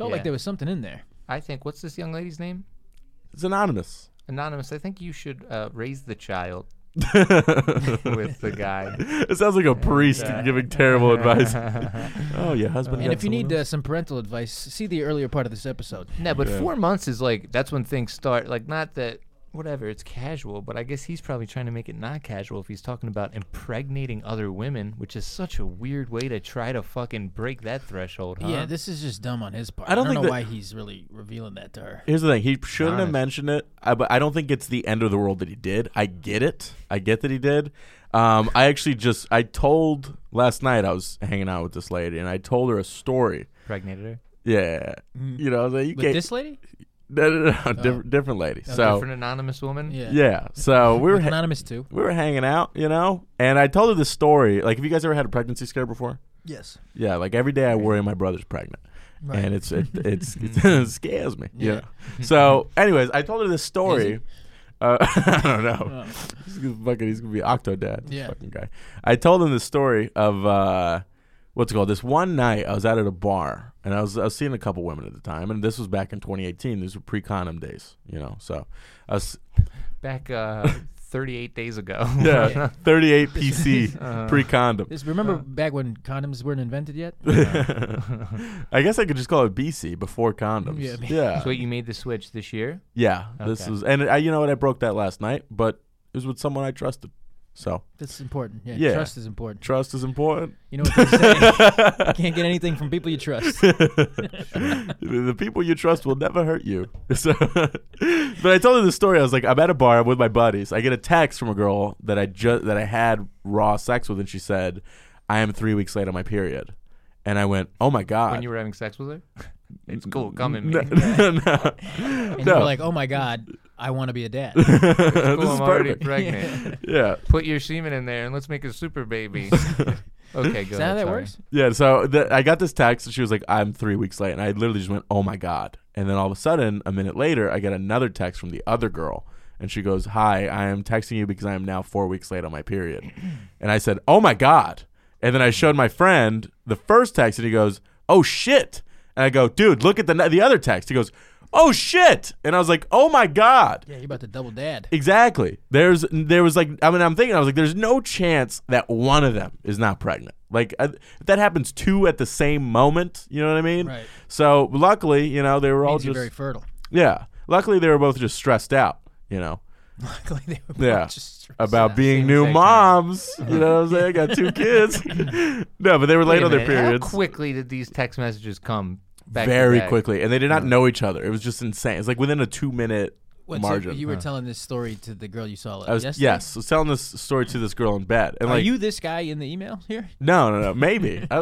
C: Yeah.
D: like there was something in there.
C: I think what's this young lady's name?
B: it's anonymous.
C: Anonymous. I think you should uh, raise the child
B: (laughs) it
C: with the guy.
B: sounds like a priest giving terrible (laughs)
D: (laughs)
B: advice. oh, your husband.
D: And
B: got
D: if you
B: someone
D: need
B: else?
D: uh, some parental advice, see the earlier part of this episode.
C: (laughs) No, but
B: Yeah.
C: four months is like that's when things start. Like not that whatever it's casual, but I guess he's probably trying to make it not casual if he's talking about impregnating other women, which is such a weird way to try to fucking break that threshold. Huh?
D: Yeah, this is just dumb on his part.
B: I
D: I
B: don't
D: don't,
B: think
D: know
B: that-
D: why he's really revealing that to her.
B: Here's the thing. He shouldn't have
C: Nice.
B: mentioned it, I, but I don't think it's the end of the world that he did. I get it. I get that he did. Um, I actually just I told last night I was hanging out with this lady and I told her a story.
C: impregnated her.
B: Yeah, you know I was like, you
D: Mm. With
B: can't.
D: this Oh. lady?
B: no, no, no, different, different lady.
C: A
B: so
C: different anonymous woman.
D: Yeah.
B: yeah,
D: (laughs)
B: so we were
D: With
B: ha-
D: anonymous too.
B: we were hanging out, you know, and I told her this story. Like, have you guys ever had a pregnancy scare before?
D: Yes.
B: Yeah, like every day I worry my brother's pregnant.
D: Right.
B: And it's it,
D: (laughs)
B: it's, (laughs) it scares me. Yeah.
D: Yeah. (laughs)
B: So, anyways, I told her this
D: Is
B: story. Uh, (laughs) I don't know.
D: Oh.
B: He's gonna fucking he's gonna be octodad. This
D: Yeah.
B: fucking guy. I told him the story of uh, what's it called. This one night I was out at a bar and I was I was seeing a couple women at the time, and this was back in 2018. These were pre-condom days, you know. So, I was, (laughs)
C: Back uh, 38 days ago.
B: (laughs)
C: (laughs)
B: yeah, 38
D: (laughs)
B: PC
C: Uh,
B: pre-condom.
D: This, remember back when condoms weren't invented yet?
B: (laughs) I guess I could just call it BC before condoms.
D: Yeah.
B: yeah.
C: so wait, you made the switch this year?
B: Yeah, this
C: Okay.
B: was, and I, you know what? I broke that last night, but it was with someone I trusted. So
D: That's important. Yeah,
B: Yeah.
D: Trust is important.
B: trust is important. (laughs)
D: You know what they say? you can't get anything from people you trust.
B: (laughs) the the people you trust will never hurt you. (laughs) So, but I told her this story. I was like, I'm at a bar with my buddies. I get a text from a girl that I just that I had raw sex with, and she said, "I am three weeks late on my period." And I went, "Oh my god!"
C: When you were having sex with her? It's cool. Come at
B: (laughs)
C: me.
B: no, no, no.
D: And
B: No.
D: you're like, oh my God, I want to be a dad.
B: (laughs)
C: Cool,
B: this (laughs)
C: I'm
B: is
C: already
B: perfect. (laughs)
C: pregnant.
B: Yeah,
C: Put your semen in there and let's make a
B: (laughs)
C: super baby. (laughs) okay, good.
D: Is that how that works?
B: Yeah, so the, I got this text, and she was like, "I'm three weeks late," and I literally just went, "Oh my god!" And then all of a sudden, a minute later, I get another text from the other girl, and she goes, "Hi, I am texting you because I am now four weeks late on my period," and I said, "Oh my god!" And then I showed my friend the first text, and he goes, "Oh shit!" And I go, "Dude, look at the the other text." He goes, "Oh shit!" And I was like, "Oh my god!"
D: Yeah, you're about to double dad.
B: Exactly. There's there was like I mean I'm thinking I was like there's no chance that one of them is not pregnant. Like I, if that happens two at the same moment, you know what I mean?
D: Right.
B: So luckily, you know, they were all
D: Means
B: just
D: you're very fertile. (laughs)
B: yeah. Luckily, they were both just stressed out. You know
D: Luckily, they were both
B: Yeah.
D: just stressed
B: about
D: out.
B: being
C: same
B: new
C: sex,
B: moms. You know what I'm saying? I got
D: (laughs)
B: two kids. (laughs) no, but they were late
C: Wait a
B: on their
C: minute, how
B: periods.
C: quickly did these text messages come? Back to
B: Very
C: back?
B: quickly, and they did not know each other. It was just insane. It's like within a two minute
D: What, so
B: margin.
D: you were telling this story to the girl you saw.
B: I was
D: yesterday?
B: yes, I was telling this story to this girl in bed, and
D: Are
B: like
D: you this guy in the email here?
B: No, no, no. Maybe. I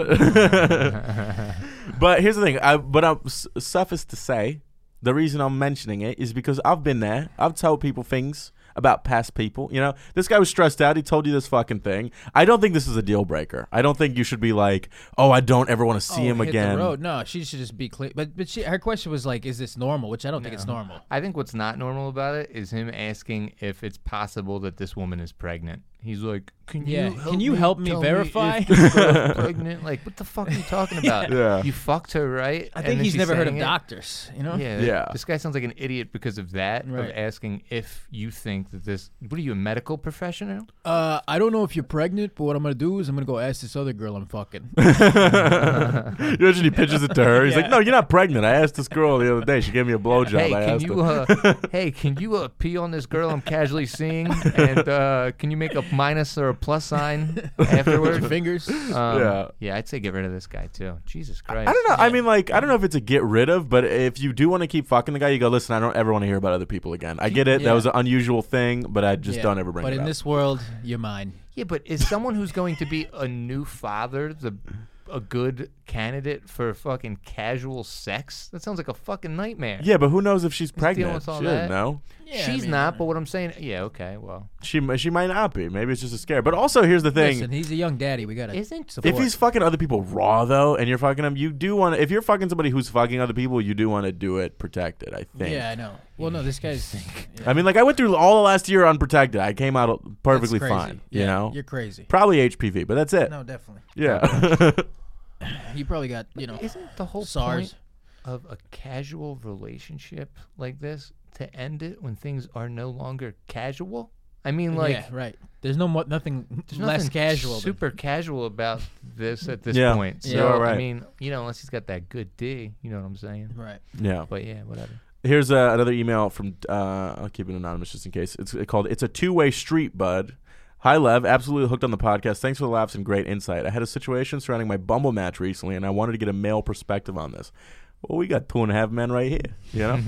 B: don't- (laughs) but here's the thing. I, but I'm s- suffice to say, the reason I'm mentioning it is because I've been there. I've told people things about past people. You know, this guy was stressed out. He told you this fucking thing. I don't think this is a deal breaker. I don't think you should be like, oh, I don't ever want to (laughs) see
D: Oh,
B: him
D: hit
B: again.
D: The road. No, she should just be clear. But but she, her question was like, "Is this normal?" Which I don't think it's normal.
C: I think what's not normal about it is him asking if it's possible that this woman is pregnant. He's like, "Can
D: Yeah.
C: you help
D: Can you help me
C: tell (laughs)
D: verify?"
C: if
B: (laughs)
C: this girl's pregnant?" Like, what the fuck are you talking about?
B: Yeah.
C: You fucked her, right?
D: I
C: And
D: think
C: then
D: he's
C: she's
D: never heard of
C: saying it?
D: doctors. You know?
C: Yeah,
B: Yeah.
C: This guy sounds like an idiot because of that.
D: Right.
C: Of asking if you think that this. What are you, a medical professional?
D: Uh, I don't know if you're pregnant, but what I'm gonna do is I'm gonna go ask this other girl
B: (laughs)
D: I'm fucking.
B: (laughs) you know, he pitches it to her.
D: (laughs)
B: He's like, no, you're not pregnant. I asked this girl the other day. She gave me a blowjob.
C: hey,
B: I
C: can
B: asked
C: you?
B: her. (laughs)
C: Uh, hey, can you uh, pee on this girl I'm casually seeing? And uh, can you make a minus or a plus
D: (laughs)
C: sign
D: With
C: afterwards?
D: your fingers.
C: Um,
B: Yeah.
C: yeah. I'd say get rid of this guy too. Jesus Christ.
B: I don't know. I mean, like, I don't know if it's a get rid of, but if you do want to keep fucking the guy, you go, listen, I don't ever want to hear about other people again. I get it. That
D: Yeah.
B: was an unusual thing, but I just
D: Yeah.
B: don't ever bring
D: But
B: it
D: in
B: up.
D: this world, you're mine.
C: Yeah, but is someone who's going to be a new father the a good candidate for fucking casual sex? That sounds like a fucking nightmare.
B: Yeah, but who knows if she's pregnant?
C: with
B: She
C: all
B: doesn't
C: that.
B: know.
D: Yeah, I
C: She's
D: mean,
C: not, but what I'm saying, yeah, okay, well.
B: She m- she might not be. Maybe it's just a scare. But also, here's the thing:
D: Listen, he's a young daddy. We gotta.
C: Isn't
B: if he's fucking other people raw though, and you're fucking him, you do want. to If you're fucking somebody who's fucking other people, you do want to do it protected. I think.
D: Yeah, I know. Well, no, this guy's yeah,
B: I mean, like I went through all the last year unprotected. I came out perfectly
D: that's crazy.
B: fine.
D: Yeah,
B: you know,
D: you're crazy.
B: probably HPV, but that's it.
D: No, definitely.
B: Yeah.
D: He probably got you know
C: isn't the whole
D: SARS.
C: point of a casual relationship like this to end it when things are no longer casual? I mean, like,
D: yeah, right. There's no mo- nothing
C: there's
D: less
C: nothing
D: casual. than-
C: super casual about this at this
B: Yeah.
C: point. So,
D: Yeah. You're
B: right.
C: I mean, you know, unless he's got that good D, you know what I'm saying?
D: right. (laughs)
B: (laughs) yeah.
C: But yeah, whatever.
B: Here's uh, another email from. Uh, I'll keep it anonymous just in case. It's uh, called. It's a two way street, bud. Hi, Lev. Absolutely hooked on the podcast. Thanks for the laughs and great insight. I had a situation surrounding my Bumble match recently, and I wanted to get a male perspective on this. Well, we got two and a half men right here. You know,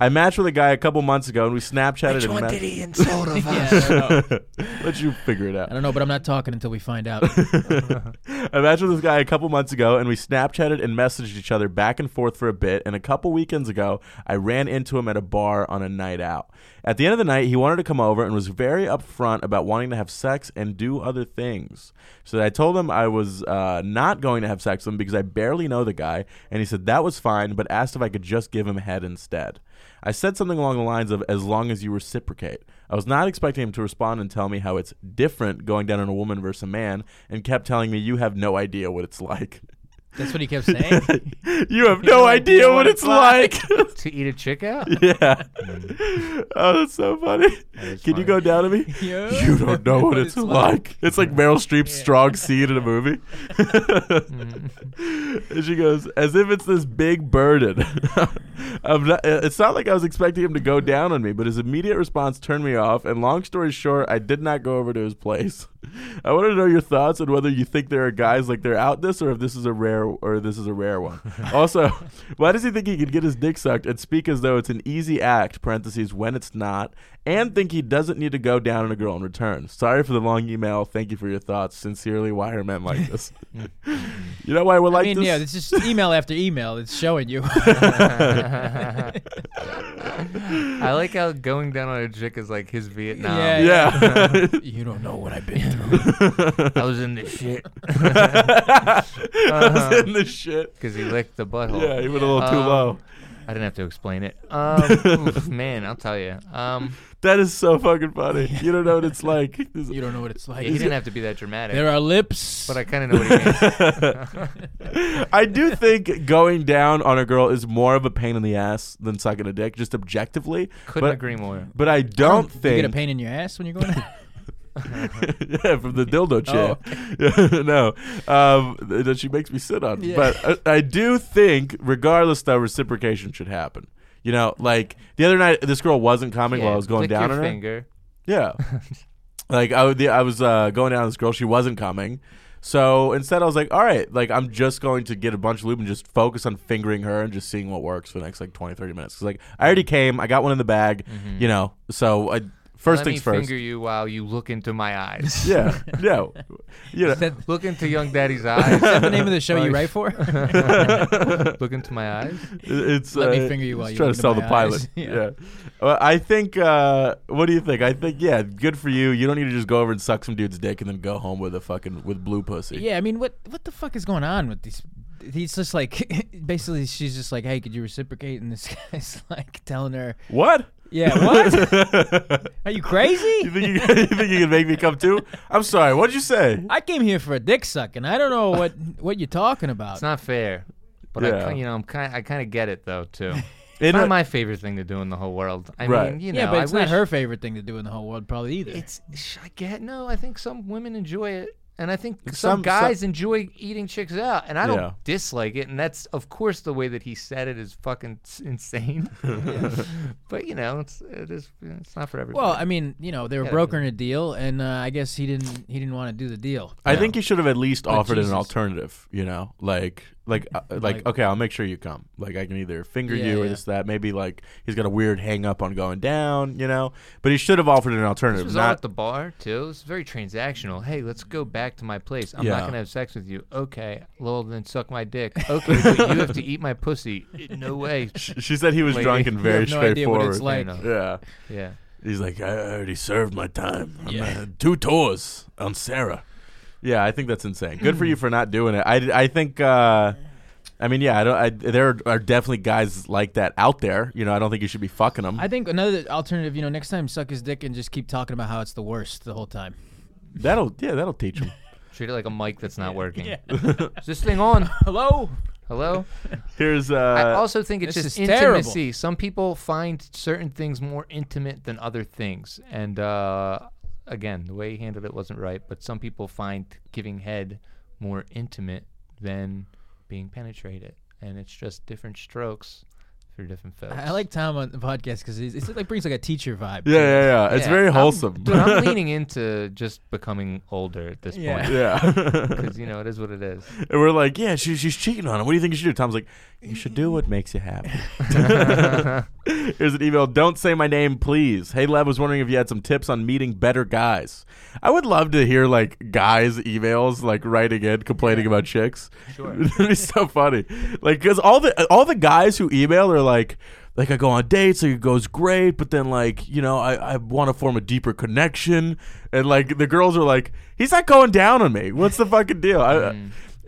B: I matched with a guy a couple months ago, and we Snapchatted. and met- (laughs)
C: he insult of
D: Yeah, I don't know.
B: Let you figure it out.
D: I don't know, but I'm not talking until we
B: (laughs)
D: find out.
B: I matched with this guy a couple months ago, and we Snapchatted and messaged each other back and forth for a bit. And a couple weekends ago, I ran into him at a bar on a night out. At the end of the night, he wanted to come over and was very upfront about wanting to have sex and do other things. So I told him I was uh, not going to have sex with him because I barely know the guy, and he said that was fine, but asked if I could just give him head instead. I said something along the lines of "as long as you reciprocate." I was not expecting him to respond and tell me how it's different going down on a woman versus a man, and kept telling me you have no idea what it's like. (laughs)
D: That's what he kept saying. (laughs)
B: you have no idea what it's like. (laughs)
C: to eat a chick out? (laughs)
B: yeah. (laughs) Oh, that's so funny. Can
C: is
B: you
C: funny.
B: go down to (laughs) me?
D: Yeah.
B: You don't know
D: (laughs)
B: what it's like. It's like Meryl Streep's strong scene in a movie. (laughs) and she goes, as if it's this big burden. (laughs) I'm not, it's not like I was expecting him to go down on me, but his immediate response turned me off. And long story short, I did not go over to his place. (laughs) I want to know your thoughts on whether you think there are guys like they're out this, or if this is a rare, or this is a rare one. also, why does he think he could get his dick sucked and speak as though it's an easy act (parentheses when it's not) and think he doesn't need to go down on a girl in return? Sorry for the long email. Thank you for your thoughts. Sincerely, why are men like this? you know why we're like
D: I mean,
B: this?
D: yeah,
B: (laughs)
D: it's just email after email. It's
C: (laughs)
D: showing you. (laughs)
C: I like how going down on a chick is like his Vietnam.
D: Yeah.
B: yeah.
D: you don't know what I've been through.
C: (laughs) I was in this shit Uh-huh.
B: I was in the shit.
C: because he licked the butthole.
B: Yeah, he went a little too
C: Um,
B: low.
C: I didn't have to
B: (laughs)
C: explain it. Um, oof, man, I'll tell you. Um,
B: That is so fucking funny. You don't know what it's like. This-
D: You don't know what it's like.
C: yeah, he didn't have to be that dramatic,
D: there are lips.
C: but I kind of know what he means.
B: (laughs) I do think going down on a girl is more of a pain in the ass than sucking a dick, just objectively.
C: Couldn't
B: but,
C: agree more.
B: But I don't
D: you
B: think
D: get a pain in your ass when you're going. out?
B: (laughs) yeah, from the
D: Oh,
B: dildo chair. (laughs) no, um, th- that she makes me sit on.
D: Yeah.
B: But I, I do think, regardless, though, reciprocation should happen. You know, like the other night, this girl wasn't coming while I was going
C: flick
B: down
C: your
B: on her.
C: finger.
B: Yeah. like I, would- the, I was uh, going down on this girl. She wasn't coming. So instead, I was like, all right, like I'm just going to get a bunch of lube and just focus on fingering her and just seeing what works for the next like 20, 30 minutes. 'Cause, like I already came, I got one in the bag,
D: Mm-hmm.
B: you know. So I, first
C: Let me
B: things first.
C: finger you while you look into my eyes.
B: (laughs) Yeah, (laughs) yeah, you
D: (laughs)
B: know.
D: that,
C: Look into
B: (laughs)
C: young daddy's
D: is
C: eyes.
D: that the name of the show you write for?
C: (laughs) look into my eyes.
B: It's
D: Let
B: uh,
D: me finger you while
B: it's
D: you
B: trying
D: look
B: to
D: into
B: sell the
D: my
B: pilot.
D: eyes. (laughs)
B: yeah.
D: Yeah.
B: Well, I think. Uh, what do you think? I think yeah, good for you. You don't need to just go over and suck some dude's dick and then go home with a fucking with blue pussy.
D: yeah, I mean, what what the fuck is going on with these? He's just like, (laughs) basically, she's just like, hey, could you reciprocate? And this (laughs) guy's like telling her,
B: What?
D: yeah, what?
B: (laughs) you
D: (laughs) Are you crazy?
B: think you, (laughs) you think you can make me come too? I'm sorry. What did you say?
D: I came here for a dick suck, and I don't
C: (laughs)
D: know what what you're talking about.
C: It's not fair, but
B: Yeah.
C: I, ki- you know, I'm kind, I kind of get it though too.
B: In
C: It's
B: a-
C: not my favorite thing to do in the whole world. I
B: Right.
C: mean, you know,
D: yeah, but
C: I
D: it's
C: wish
D: not her favorite thing to do in the whole world, probably either.
C: It's sh- I get no. I think some women enjoy it, and I think some,
B: some-
C: guys enjoy eating chicks out, and I don't
B: Yeah.
C: dislike it. And that's of course the way that he said it is fucking s-
B: (laughs)
C: insane. (laughs) but you know, it's it is it's not for everybody.
D: well, I mean, you know, they were
C: Yeah.
D: brokering a deal, and uh, I guess he didn't he didn't want to do the deal.
B: I think you should have at least offered an
D: Jesus.
B: alternative. You know, like Like, uh, like,
D: Like-
B: okay, I'll make sure you come. Like, I can either finger
D: Yeah,
B: you or
D: yeah.
B: this, that. Maybe like he's got a weird hang up on going down, you know. But he should have offered an
C: This
B: alternative.
C: was all
B: not
C: at the bar too. It's very transactional. Hey, let's go back to my place. I'm
B: Yeah.
C: not gonna have sex with you. Okay. Well, then suck my
B: (laughs)
C: dick. Okay, but you have to eat my pussy. No way.
B: Sh- (laughs) she said he was
C: Lady.
B: drunk and very
D: you have no idea
B: straightforward.
D: what it's like.
C: enough.
B: Yeah.
C: Yeah.
B: He's like, I already served my time. I'm,
D: Yeah.
B: uh, two tours on Sarah. Yeah, I think that's insane. Good for you for not doing it. I, I think, uh, I mean, yeah, I don't. I, there are definitely guys like that out there. You know, I don't think you should be fucking them.
D: I think another alternative, you know, next time suck his dick and just keep talking about how it's the worst the whole
C: (laughs)
D: time.
B: that'll, yeah, that'll teach them.
C: Treat it like a mic that's not working. Is this thing on?
D: (laughs) Hello?
C: Hello.
B: Here's, uh,
C: I also think it's
D: this
C: just
D: is terrible.
C: intimacy. Some people find certain things more intimate than other things, and uh, again, the way he handled it wasn't right. But some people find giving head more intimate than being penetrated, and it's just different strokes for different folks.
D: I, I like Tom on the podcast because it's like brings like a teacher vibe.
B: yeah, yeah, yeah. It's
C: Yeah,
B: very
C: I'm-
B: wholesome. (laughs)
C: dude, I'm leaning into just becoming older at this
D: Yeah.
C: point (laughs)
B: yeah.
C: because you know it is what it
D: (laughs)
C: is.
B: and we're like, yeah, she, she's cheating on him. What do you think you should do? Tom's like, you should do what makes you happy. Here's an email. Don't say my name, please. Hey, Lev was wondering if you had some tips on meeting better guys. I would love to hear like guys' emails, like writing in complaining about chicks. Sure, (laughs) that'd be so funny. Like, cause all the all the guys who email are like. Like I go on dates, like it goes great, but then like you know I, I want to form a deeper connection, and like the girls are like he's not going down on me. What's the fucking deal? I,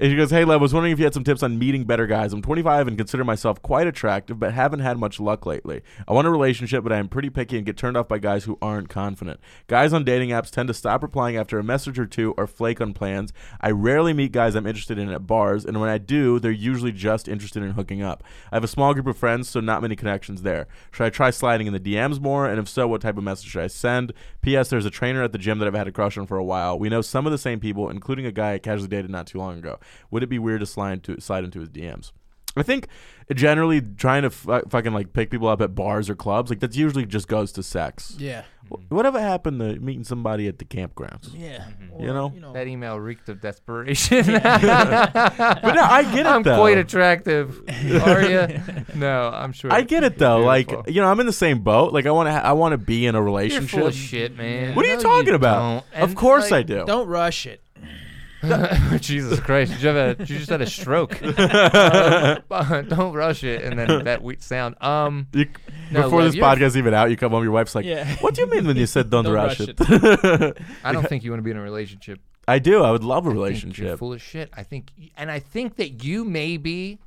B: and she goes, Hey, Lev, was wondering if you had some tips on meeting better guys. I'm 25 and consider myself quite attractive, but haven't had much luck lately. I want a relationship, but I am pretty picky and get turned off by guys who aren't confident. Guys on dating apps tend to stop replying after a message or two or flake on plans. I rarely meet guys I'm interested in at bars, and when I do, they're usually just interested in hooking up. I have a small group of friends, so not many connections there. Should I try sliding in the DMs more? And if so, what type of message should I send? P.S. There's a trainer at the gym that I've had a crush on for a while. We know some of the same people, including a guy I casually dated not too long ago. Would it be weird to slide into slide into his DMs? I think generally trying to fu- fucking like pick people up at bars or clubs like that's usually just goes to sex.
D: Yeah.
B: Wh- Mm-hmm. Whatever happened to meeting somebody at the campgrounds?
D: Yeah.
B: You know?
C: Mm-hmm. That email
B: (laughs)
C: reeked of desperation. (laughs)
B: But no, I get it.
C: I'm
B: though. (laughs)
C: quite attractive. Are you? No, I'm sure.
B: I get it though.
C: You're
B: Like
C: beautiful.
B: you know, I'm in the same boat. Like I want to. Ha- I want to be in a
C: You're
B: relationship.
C: full of shit, man.
B: What are you talking about? Of course I do.
D: Don't rush it.
C: do. (laughs) Jesus Christ, you, have a, you just had
B: (laughs)
C: a stroke. Um, (laughs) don't rush it, and then that weird sound. Um,
B: You,
C: No,
B: before
C: Lev,
B: this
C: you're-
B: podcast even out, you come home. Your wife's like,
D: Yeah.
B: "What do you mean when you said don't,
D: Don't
B: rush,
D: rush
B: it?"
C: I don't think you want to be in a relationship.
B: (laughs) I do. I would love a
C: I think You're
B: relationship.
C: full of shit. I think, and I think that you maybe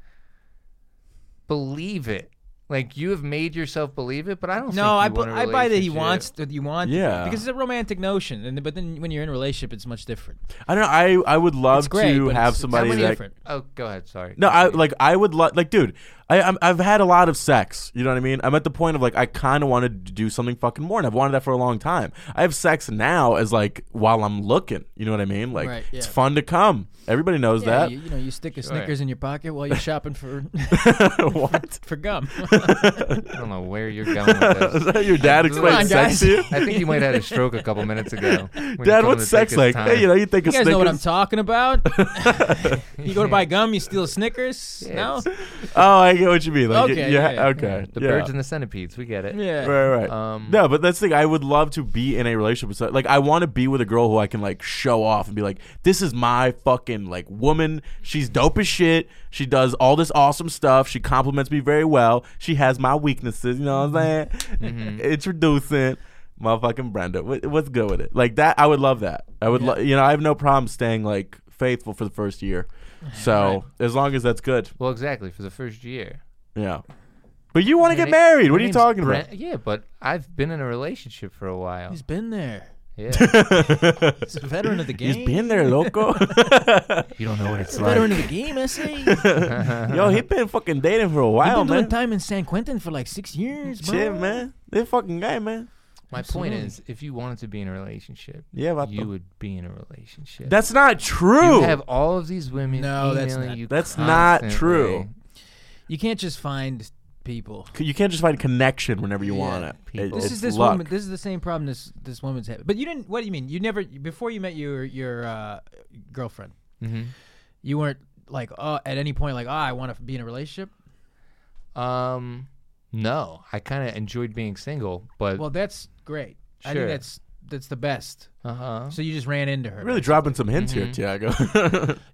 C: believe it. Like you have made yourself believe it, but I don't. think you
D: No, I, bu-
C: want a
D: I buy that he
C: relationship.
D: wants that you want.
B: Yeah.
D: Because it's a romantic notion, and but then when you're in a relationship, it's much different.
B: I don't know. I I would love
D: It's great,
B: to
D: but
B: have
D: it's- it's
B: somebody
D: something
B: that.
D: different.
C: Oh, go ahead. Sorry.
B: No, I like I would love like dude, I I'm, I've had a lot of sex. You know what I mean? I'm at the point of like I kind of wanted to do something fucking more, and I've wanted that for a long time. I have sex now as like while I'm looking. You know what I mean? Like
D: Right,
B: it's
D: yeah.
B: fun to come. Everybody knows
D: Yeah,
B: that.
D: you, you know, you stick a Snickers in your pocket while you're shopping for
B: (laughs)
D: (laughs)
C: (laughs)
B: what? (laughs)
D: for gum.
C: I don't know where you're going with this.
B: Is that your dad
D: Come on,
B: explained sex
C: (laughs)
B: to you?
C: I think you might have had a stroke a couple minutes ago.
B: (laughs)
C: when you told
B: Dad,
C: him
B: what's
C: to take
B: sex
C: his
B: like?
C: time.
B: Hey, you know, you think
D: you
B: a
D: guys know what I'm
B: Snickers- (laughs)
D: talking about. you go to buy gum, you steal Snickers.
C: Yeah,
D: no.
B: Oh, I get what you mean. Like,
D: Okay,
B: yeah,
D: yeah, yeah.
B: okay.
C: the
B: yeah.
C: birds and the centipedes. We get it.
D: Yeah.
B: Right, right.
C: Um,
B: no, but that's the thing. I would love to be in a relationship with, some- like, I want to be with a girl who I can like show off and be like, "This is my fucking like woman. She's dope as shit. She does all this awesome stuff. She compliments me very well. She has my weaknesses. You know what I'm
C: Mm-hmm.
B: saying? (laughs) Introducing motherfucking Brenda. What, what's good with it? Like that. I would love that. I would. Lo- you know, I have no problem staying like faithful for the first year. So as long as that's good,
C: Well, exactly for the first year.
B: yeah. But you want to get
C: Hey,
B: married? What
C: my
B: are you
C: name's
B: talking about?
C: Brent- Yeah, but I've been in a relationship for a while.
D: He's been there.
B: (laughs)
C: Yeah,
D: He's a veteran of the game.
B: He's been there, loco. (laughs)
C: you don't know what (laughs) it's
D: a veteran
C: like.
D: of the game, I say.
B: (laughs) Yo, he been fucking dating for a
D: I've
B: while,
D: been doing
B: man.
D: time in San Quentin for like six years, bro.
B: Shit, man. This fucking guy, man.
C: My point
D: Absolutely.
C: is, if you wanted to be in a relationship,
B: Yeah, but
C: you would be in a relationship.
B: that's not
C: you
B: true.
C: have all of these women
D: No, that's
C: emailing
D: not-
C: you.
B: That's not true.
C: constantly.
D: You can't just find people.
B: C- you can't just find connection whenever you
D: Yeah,
B: want it.
C: people.
B: It-
D: This
B: it's
D: is this
B: luck.
D: woman. This is the same problem this this woman's had. But you didn't. What do you mean? You never before you met your your uh, girlfriend.
C: Mhm.
D: You weren't like uh, at any point like, "Oh, I want to be in a relationship?"
C: Um, no, I kind of enjoyed being single, but
D: Well, that's great. I
C: Sure.
D: think that's that's the best.
C: uh-huh.
D: So you just ran into her.
B: Really dropping some hints here, Tiago.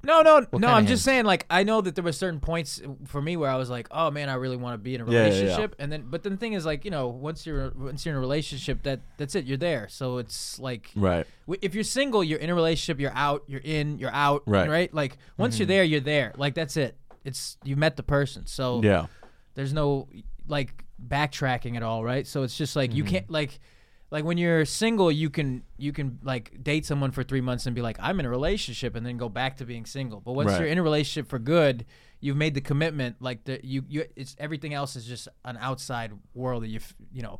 D: No, no, no.
C: kinda
D: I'm
C: hints?
D: just saying, like, I know that there were certain points for me where I was like, "Oh man, I really want to be in a
B: Yeah, yeah, yeah.
D: relationship," and then, but then the thing is, like, you know, once you're once you're in a relationship, that that's it, you're there. So it's like,
B: (laughs) right.
D: w- if you're single, you're in a relationship, you're out, you're in, you're out,
B: Right. Mm-hmm.
D: Like, once you're there, you're there. Like, that's it. It's you met the person, so
B: Yeah.
D: there's no like backtracking at all right so it's just like you
B: Mm-hmm.
D: can't like like when you're single you can you can like date someone for three months and be like i'm in a relationship and then go back to being single but once
B: Right.
D: you're in a relationship for good you've made the commitment like the you you it's everything else is just an outside world that you f- you know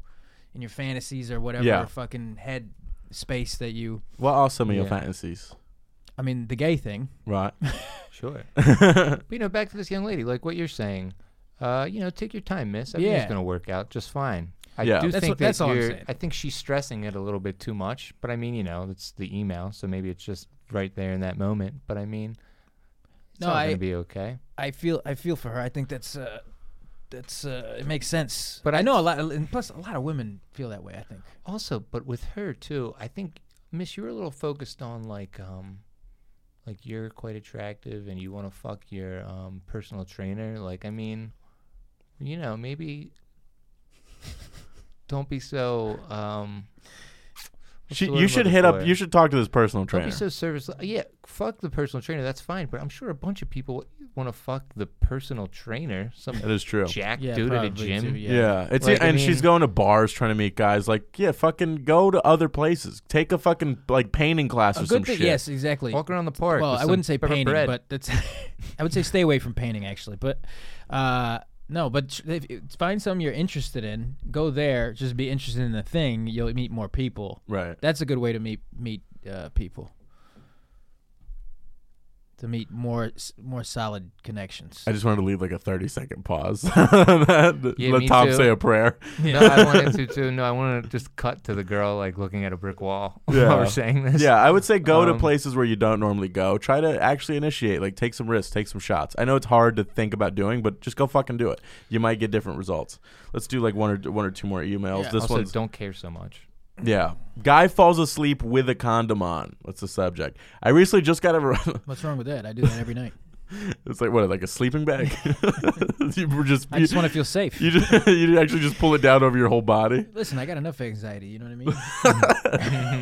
D: in your fantasies or whatever
B: Yeah.
D: fucking head space that you
B: What are some of your
C: Yeah.
B: fantasies?
D: i mean the gay thing
B: Right.
D: (laughs)
C: Sure. but you know, back to this young lady, like what you're saying, uh, you know, take your time, miss. Everything's
D: Yeah.
C: gonna work out just fine. I
B: Yeah.
C: do
D: That's
C: think
D: what-
C: that
D: that's all I'm
C: you're-
D: saying.
C: I think she's stressing it a little bit too much, but I mean, you know, it's the email, so maybe it's just right there in that moment. But I mean, it's
D: No,
C: all
D: I-
C: gonna be okay.
D: I feel I feel for her. I think that's uh, that's uh, it makes sense.
C: But
D: But I
C: I-
D: know a lot, and plus a lot of women feel that way. I think.
C: Also, but with her too, I think, Miss, you were a little focused on like, um, like you're quite attractive and you want to fuck your um, personal trainer. Like, I mean, you
B: (laughs)
C: know, maybe don't be so. Um, what's
B: She,
C: the word
B: you
C: I'm
B: should
C: looking
B: hit up.
C: for?
B: You should talk to this personal
C: Don't
B: trainer.
C: be so service. Yeah, fuck the personal trainer. That's fine, but I'm sure a bunch of people want to fuck the personal trainer.
B: (laughs)
C: Some
B: that is true.
C: jack dude at a gym.
B: Yeah. it's e,
C: Like, I
B: and she's
C: mean-
B: going to bars trying to meet guys. Like, yeah, fucking go to other places. Take a fucking like painting class or
D: A
B: some
D: good thing.
B: shit.
D: Yes, exactly.
C: Walk around the park.
D: well,
C: with
D: I
C: some
D: wouldn't say
C: pepper
D: painting,
C: bread.
D: but that's. (laughs) I would say stay away from painting actually, but uh, no. But tr- if, if- find something you're interested in. Go there. Just be interested in the thing. You'll meet more people.
B: Right.
D: That's a good way to meet meet uh, people. To meet more s- more solid connections.
B: I just wanted to leave like a thirty second pause. (laughs) Let
C: Yeah, me
B: Tom
C: too.
B: say a
C: (laughs)
B: prayer.
C: No, I
B: (laughs)
C: wanted to too. No, I want to just cut to the girl like looking at a brick wall (laughs)
B: Yeah.
C: while we're saying this.
B: Yeah, I would say go to
C: Um,
B: places where you don't normally go. Try to actually initiate, like take some risks, take some shots. I know it's hard to think about doing, but just go fucking do it. You might get different results. Let's do like one or one or two more emails.
D: Yeah.
B: this
C: Also,
B: one's
C: don't care so much.
B: yeah. Guy falls asleep with a condom on. What's the subject? I recently just got a.
D: What's wrong with that? I do that every night.
B: (laughs) it's like what, like a sleeping bag? (laughs) you were just
D: I just want to feel safe.
B: you, you just (laughs) you actually just pull it down over your whole body.
D: Listen, I got enough anxiety. You know what I
C: (laughs)
D: mean?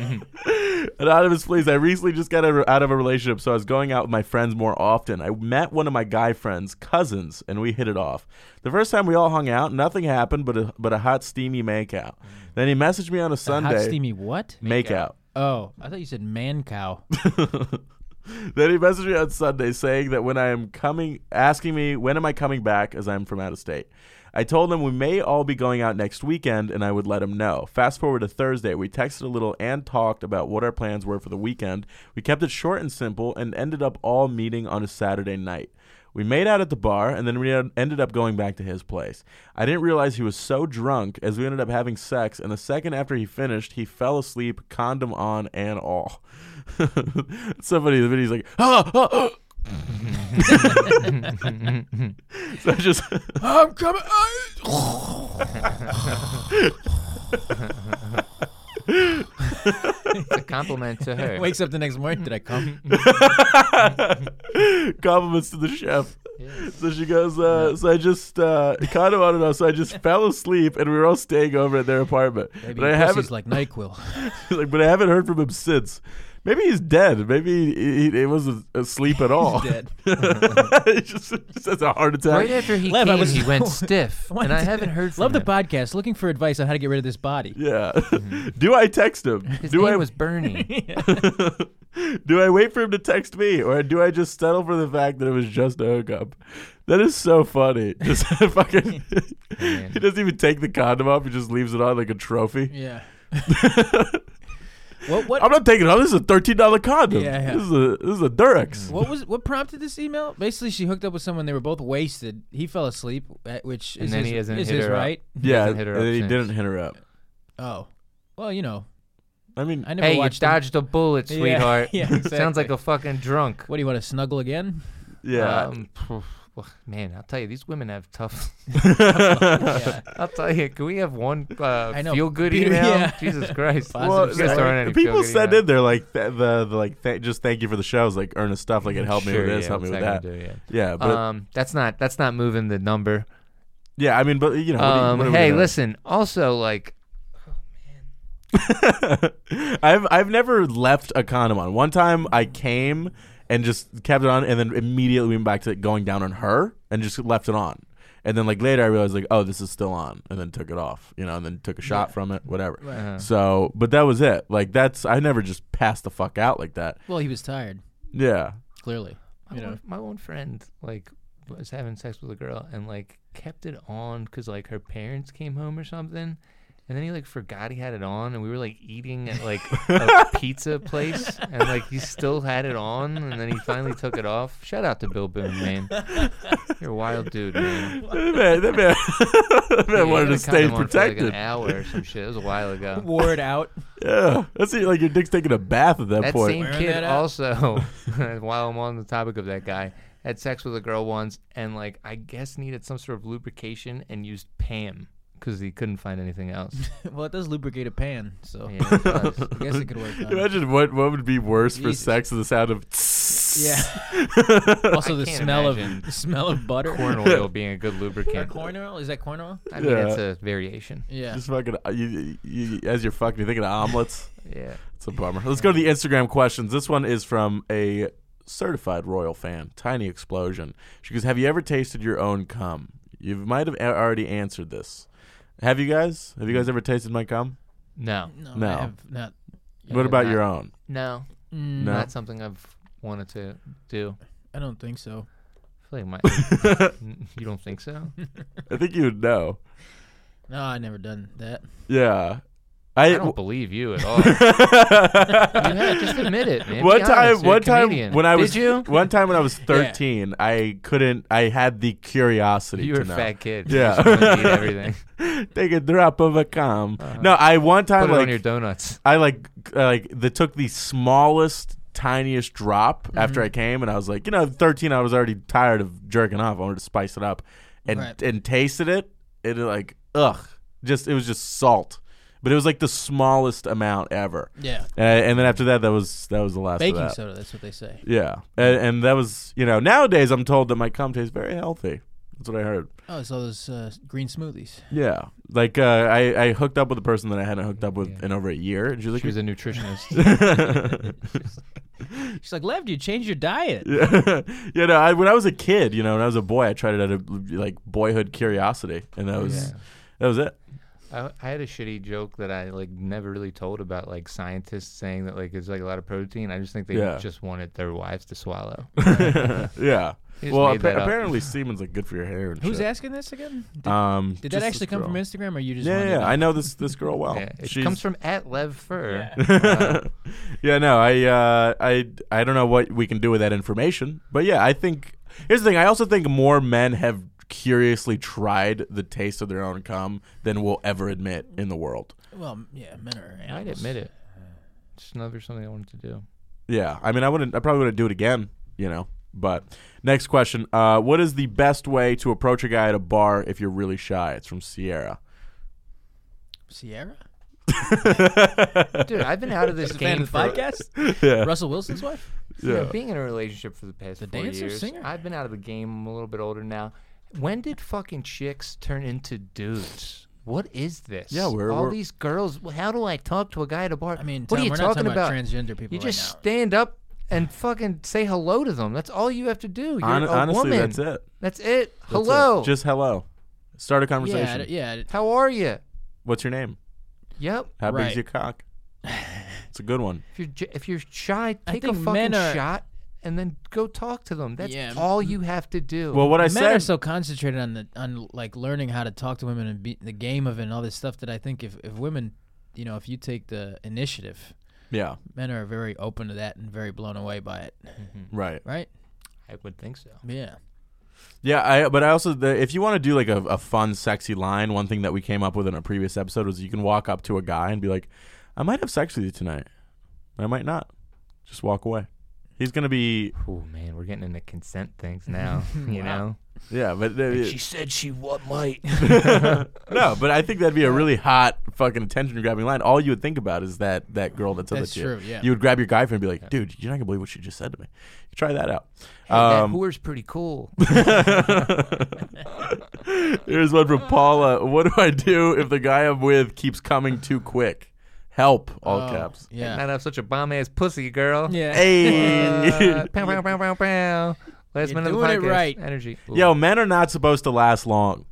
B: Anonymous, please. I recently just got a- out of a relationship, so I was going out with my friends more often. I met one of my guy friends' cousins, and we hit it off. The first time we all hung out, nothing happened but a, but a hot, steamy makeout. Then he messaged me on a Sunday.
D: Hot steamy what?
B: makeout.
D: Oh, I thought you said
C: (laughs)
D: man cow.
B: Then he messaged me on Sunday saying that when I am coming, asking me when am I coming back as I'm from out of state. I told him we may all be going out next weekend and I would let him know. Fast forward to Thursday, we texted a little and talked about what our plans were for the weekend. We kept it short and simple and ended up all meeting on a Saturday night. We made out at the bar and then we en- ended up going back to his place. I didn't realize he was so drunk as we ended up having sex, and the second after he finished, he fell asleep, condom on and all. (laughs) Somebody in the video's like, ah, ah, ah." (laughs) so I just (laughs)
D: I'm coming. (laughs)
C: It's a compliment to her.
D: (laughs) Wakes up the next morning. Did I
C: (laughs)
B: (laughs)
D: come?
B: compliments to the chef. So she goes, uh, so I just uh, condom on and off, so I just fell asleep, and we were all staying over at their apartment.
D: Maybe
B: but I
D: your
B: haven't
D: pussy's like Nyquil.
B: (laughs)
D: (laughs)
B: like, but I haven't heard from him since. Maybe he's dead. Maybe he, he, he wasn't asleep at all.
D: (laughs) He's dead.
B: (laughs) he just, (laughs) just has a heart attack.
C: Right after he
D: Lev, I
C: came,
D: was- (laughs)
C: he went stiff,
D: What?
C: and I haven't heard from
D: Love the
C: him.
D: podcast. Looking for advice on how to get rid of this
C: (laughs)
D: body.
B: yeah.
D: Mm-hmm.
B: (laughs) do I text him?
C: His
B: do
C: name
B: I
C: was
D: (laughs)
C: Bernie.
B: (laughs) do I wait for him to text me, or do I just settle for the fact that it was just a hookup? That is so funny. (laughs) Just
D: (laughs)
B: fucking.
C: Man.
B: he doesn't even take the condom off. He just leaves it on like a trophy.
D: Yeah. what what
B: (laughs) I'm not taking it off. This is a thirteen dollar condom.
D: Yeah, Mm. yeah.
B: This is a this is a Durex.
D: what was what prompted this email? Basically, she hooked up with someone. They were both wasted. He fell asleep, uh, which
C: And
D: is
C: then
D: his,
C: he hasn't
D: is
C: hit
D: his
C: her up.
D: right.
B: Yeah,
C: Doesn't hit her
B: and
C: up
B: he
C: since.
B: didn't hit her up.
D: Oh, well, you know,
B: I mean,
D: I never
C: hey, you
D: watched. them.
C: dodged a bullet,
D: (laughs) Yeah,
C: sweetheart.
D: yeah,
C: Sounds like
D: exactly.
C: a fucking drunk.
D: What do you want to snuggle again?
B: Yeah.
C: Um, phew, well, man, I'll tell you, these women have tough. (laughs)
D: Yeah.
B: (laughs)
C: I'll tell you, can we have one uh,
D: I know,
C: feel good
D: Peter-
C: email?
D: (laughs) yeah.
C: Jesus Christ.
D: Well,
C: Well,
D: Positive
C: just
D: story.
C: throwing any
B: the people
C: feel-good
B: said
C: email.
B: in there like th- the, the like th- just thank you for the show. It's like earnest stuff. Like it helped me
C: Sure,
B: with this,
C: yeah,
B: helped me
C: what's
B: with
C: that
B: that.
C: gonna do, yeah.
B: Yeah, but
C: Um, that's not that's not moving the number.
B: yeah, I mean, but you know, what do you-
C: Um,
B: what are we
C: hey,
B: gonna-
C: listen. Also, like,
B: (laughs) I've I've never left a condom on. One time I came and just kept it on, and then immediately went back to going down on her and just left it on. And then like later I realized like oh this is still on, and then took it off, you know, and then took a shot from it, whatever.
D: Right.
C: uh,
B: So, but that was it. Like that's I never just passed the fuck out like that.
D: Well, he was tired,
B: Yeah.
D: clearly.
C: my,
D: You know.
C: one, my one friend like was having sex with a girl and like kept it on because like her parents came home or something and then he like forgot he had it on and we were like eating at like
B: (laughs)
C: a pizza place and like he still had it on and then he finally took it off shout out to bill boone man you're a wild
B: (laughs)
C: dude man
B: That man, that man, that man
C: Yeah,
B: wanted to
C: he had a
B: stay
C: condom on for, like,
B: protected.
C: an hour or some shit it was a while
B: (laughs)
C: ago
D: Wore it out. (laughs)
B: yeah, that's it, like your dick's taking a bath at that,
C: That
B: point.
C: same
D: Wearing
C: kid
D: that out. (laughs)
C: also, (laughs) while I'm on the topic of that guy, had sex with a girl once and like I guess needed some sort of lubrication and used Pam because he couldn't find anything else.
D: (laughs) well, it does lubricate a pan, so
C: Yeah, it does.
D: (laughs) I guess it could work. Out.
B: Imagine what what would be worse for
D: Jesus.
B: sex than the sound
C: (laughs)
B: of.
D: Yeah.
B: Yeah.
D: also,
C: I
D: the
C: can't
D: smell
C: imagine.
D: of (laughs) the smell of butter.
C: corn oil being a good
D: Or
C: lubricant.
D: corn oil? Is that corn oil?
C: I mean,
B: Yeah.
C: it's a variation.
B: (laughs)
D: Yeah.
B: Just fucking uh, you, you, as you're fucking, you're thinking of omelets.
C: Yeah.
B: It's a bummer. Let's go to the Instagram questions. This one is from a certified royal fan, Tiny Explosion. She goes, "Have you ever tasted your own cum? You might have a- already answered this. Have you guys? Have you guys ever tasted my cum?
C: No.
D: No,
B: No.
D: I have not.
B: what about
C: not.
B: your own? (laughs)
C: No.
D: Mm,
B: No.
C: Not something I've wanted to do.
D: I don't think so.
C: I feel like my (laughs) You don't think so?
B: I think you would know.
D: No, I never done that.
B: Yeah, I."
C: I don't believe you at all.
B: (laughs)
C: (laughs) Yeah, just admit it, man. Be
B: one
C: honest,
B: time,
C: you're a
B: one time
C: comedian.
B: when I
C: Did
B: was
C: you?
B: one time when I
C: (laughs)
B: was thirteen, I couldn't. I had the curiosity.
C: You
B: to
C: were a
B: know.
C: fat kid.
B: Yeah.
C: You just wanted to eat
B: (laughs)
C: everything.
B: Take a drop of a cum. No, I one time
C: Uh-huh. Put it
B: like
C: on your donuts.
B: I like uh, like they took the smallest tiniest drop
C: Mm-hmm.
B: after I came and I was like, you know, 13 I was already tired of jerking off. I wanted to spice it up. And
D: Right.
B: and tasted it and it, like ugh, just it was just salt. But it was like the smallest amount ever.
D: Yeah.
B: Uh, and then after that that was that was the last of
D: Baking
B: that.
D: soda, that's what they say.
B: Yeah. And, and that was, you know, nowadays I'm told that my cum tastes very healthy. That's what I heard.
D: Oh, it's all those uh, green smoothies.
B: Yeah. Like uh, I, I hooked up with a person that I hadn't hooked up with
C: Yeah.
B: in over a year. And she was like, (laughs)
C: She was a nutritionist.
D: She's like, Lev, you changed your diet.
B: Yeah, you know, I, when I was a kid, you know, when I was a boy, I tried it out of like boyhood curiosity, and that was
C: Yeah.
B: that was it. (laughs)
C: I, I had a shitty joke that I like never really told about like scientists saying that like it's like a lot of protein. I just think they
B: Yeah.
C: just wanted their wives
B: (laughs)
C: to swallow.
B: yeah.
C: He just
B: Well,
C: made
B: appa-
C: that up.
B: apparently semen's like good for your hair and
D: Who's
B: shit.
D: asking this again? Did,
B: Um,
D: did
B: just
D: that
B: this
D: actually come
B: girl.
D: from Instagram or you just
B: Yeah,
D: wanted
B: yeah,
D: to-
B: I know this this girl well.
C: yeah, it
B: Oh, She's-
C: comes from at Lev Fur.
B: (laughs) yeah, no, I, uh, I, I don't know what we can do with that information, but yeah, I think here's the thing. I also think more men have curiously tried the taste of their own cum than will ever admit in the world.
D: Well, m- yeah, men
C: I
D: are
C: would
D: animals.
C: admit it. Just another something I wanted to do.
B: Yeah, I mean, I wouldn't. I probably wouldn't do it again. You know. But next question: uh, What is the best way to approach a guy at a bar if you're really shy? It's from Sierra.
D: Sierra?
C: Dude, I've been out of this
D: The fan
C: game
D: of the
C: for
D: podcast?
C: (laughs)
B: Yeah.
D: Russell Wilson's wife?
C: you know,
B: Yeah.
C: being in a relationship for the past
D: The
C: four
D: dancer,
C: years.
D: singer?
C: I've been out of the game. I'm a little bit older now. When did fucking chicks turn into dudes? What is this?
B: Yeah, we're-
C: all
B: we're-
C: these girls. wh- How do I talk to a guy at a bar?
D: I mean,
C: what
D: Tom,
C: are you
D: we're
C: talking,
D: not talking about,
C: about?
D: transgender people
C: You
D: right
C: just
D: now.
C: stand up and fucking say hello to them. That's all you have to do. You're
B: Hon-
C: a
B: honestly,
C: woman.
B: that's it. That's
C: That's it.
B: it.
C: hello.
B: Just hello. Start a
D: yeah, I
B: conversation.
D: d- yeah, I d-
C: how are you?
B: What's your name?
C: Yep.
B: How big's
D: Right.
B: your cock? It's a good one.
C: If you're j- if you're shy,
D: I
C: take a
D: think
C: fucking
D: men are-
C: shot and then go talk to them. That's
D: Yeah,
C: all you have to do.
B: Well, what I
D: men are
B: said.
D: so concentrated on the on like learning how to talk to women and be, the game of it and all this stuff that I think if if women, you know, if you take the initiative,
B: yeah.
D: men are very open to that and very blown away by it,
B: Right.
D: right?
C: I would think so.
D: Yeah.
B: Yeah, I, but I also the, if you want to do like a, a fun, sexy line, one thing that we came up with in a previous episode was you can walk up to a guy and be like, "I might have sex with you tonight, I might not." Just walk away. He's gonna be
C: Oh man, we're getting into consent things
D: (laughs)
C: now. you know,
B: yeah, but uh,
C: said she what might. (laughs)
B: no, but I think that'd be a really hot fucking attention grabbing line. All you would think about is that that girl that's
D: That's
B: with you.
D: true, yeah.
B: You would grab your guy friend and be like, dude, you're not gonna believe what she just said to me. Try that out.
C: that whore's pretty cool. (laughs)
B: (laughs) Here's one from Paula. What do I do if the guy I'm with keeps coming too quick? Help, all
D: Oh,
B: caps.
D: Yeah.
C: Not have such a bomb ass pussy, girl.
D: Yeah. (laughs)
B: Hey.
C: Uh, pow, pow, pow, pow, pow. Last
D: You're
C: minute of the
D: doing it
C: podcast.
D: right.
C: Energy. Ooh.
B: Yo, men are not supposed to last long.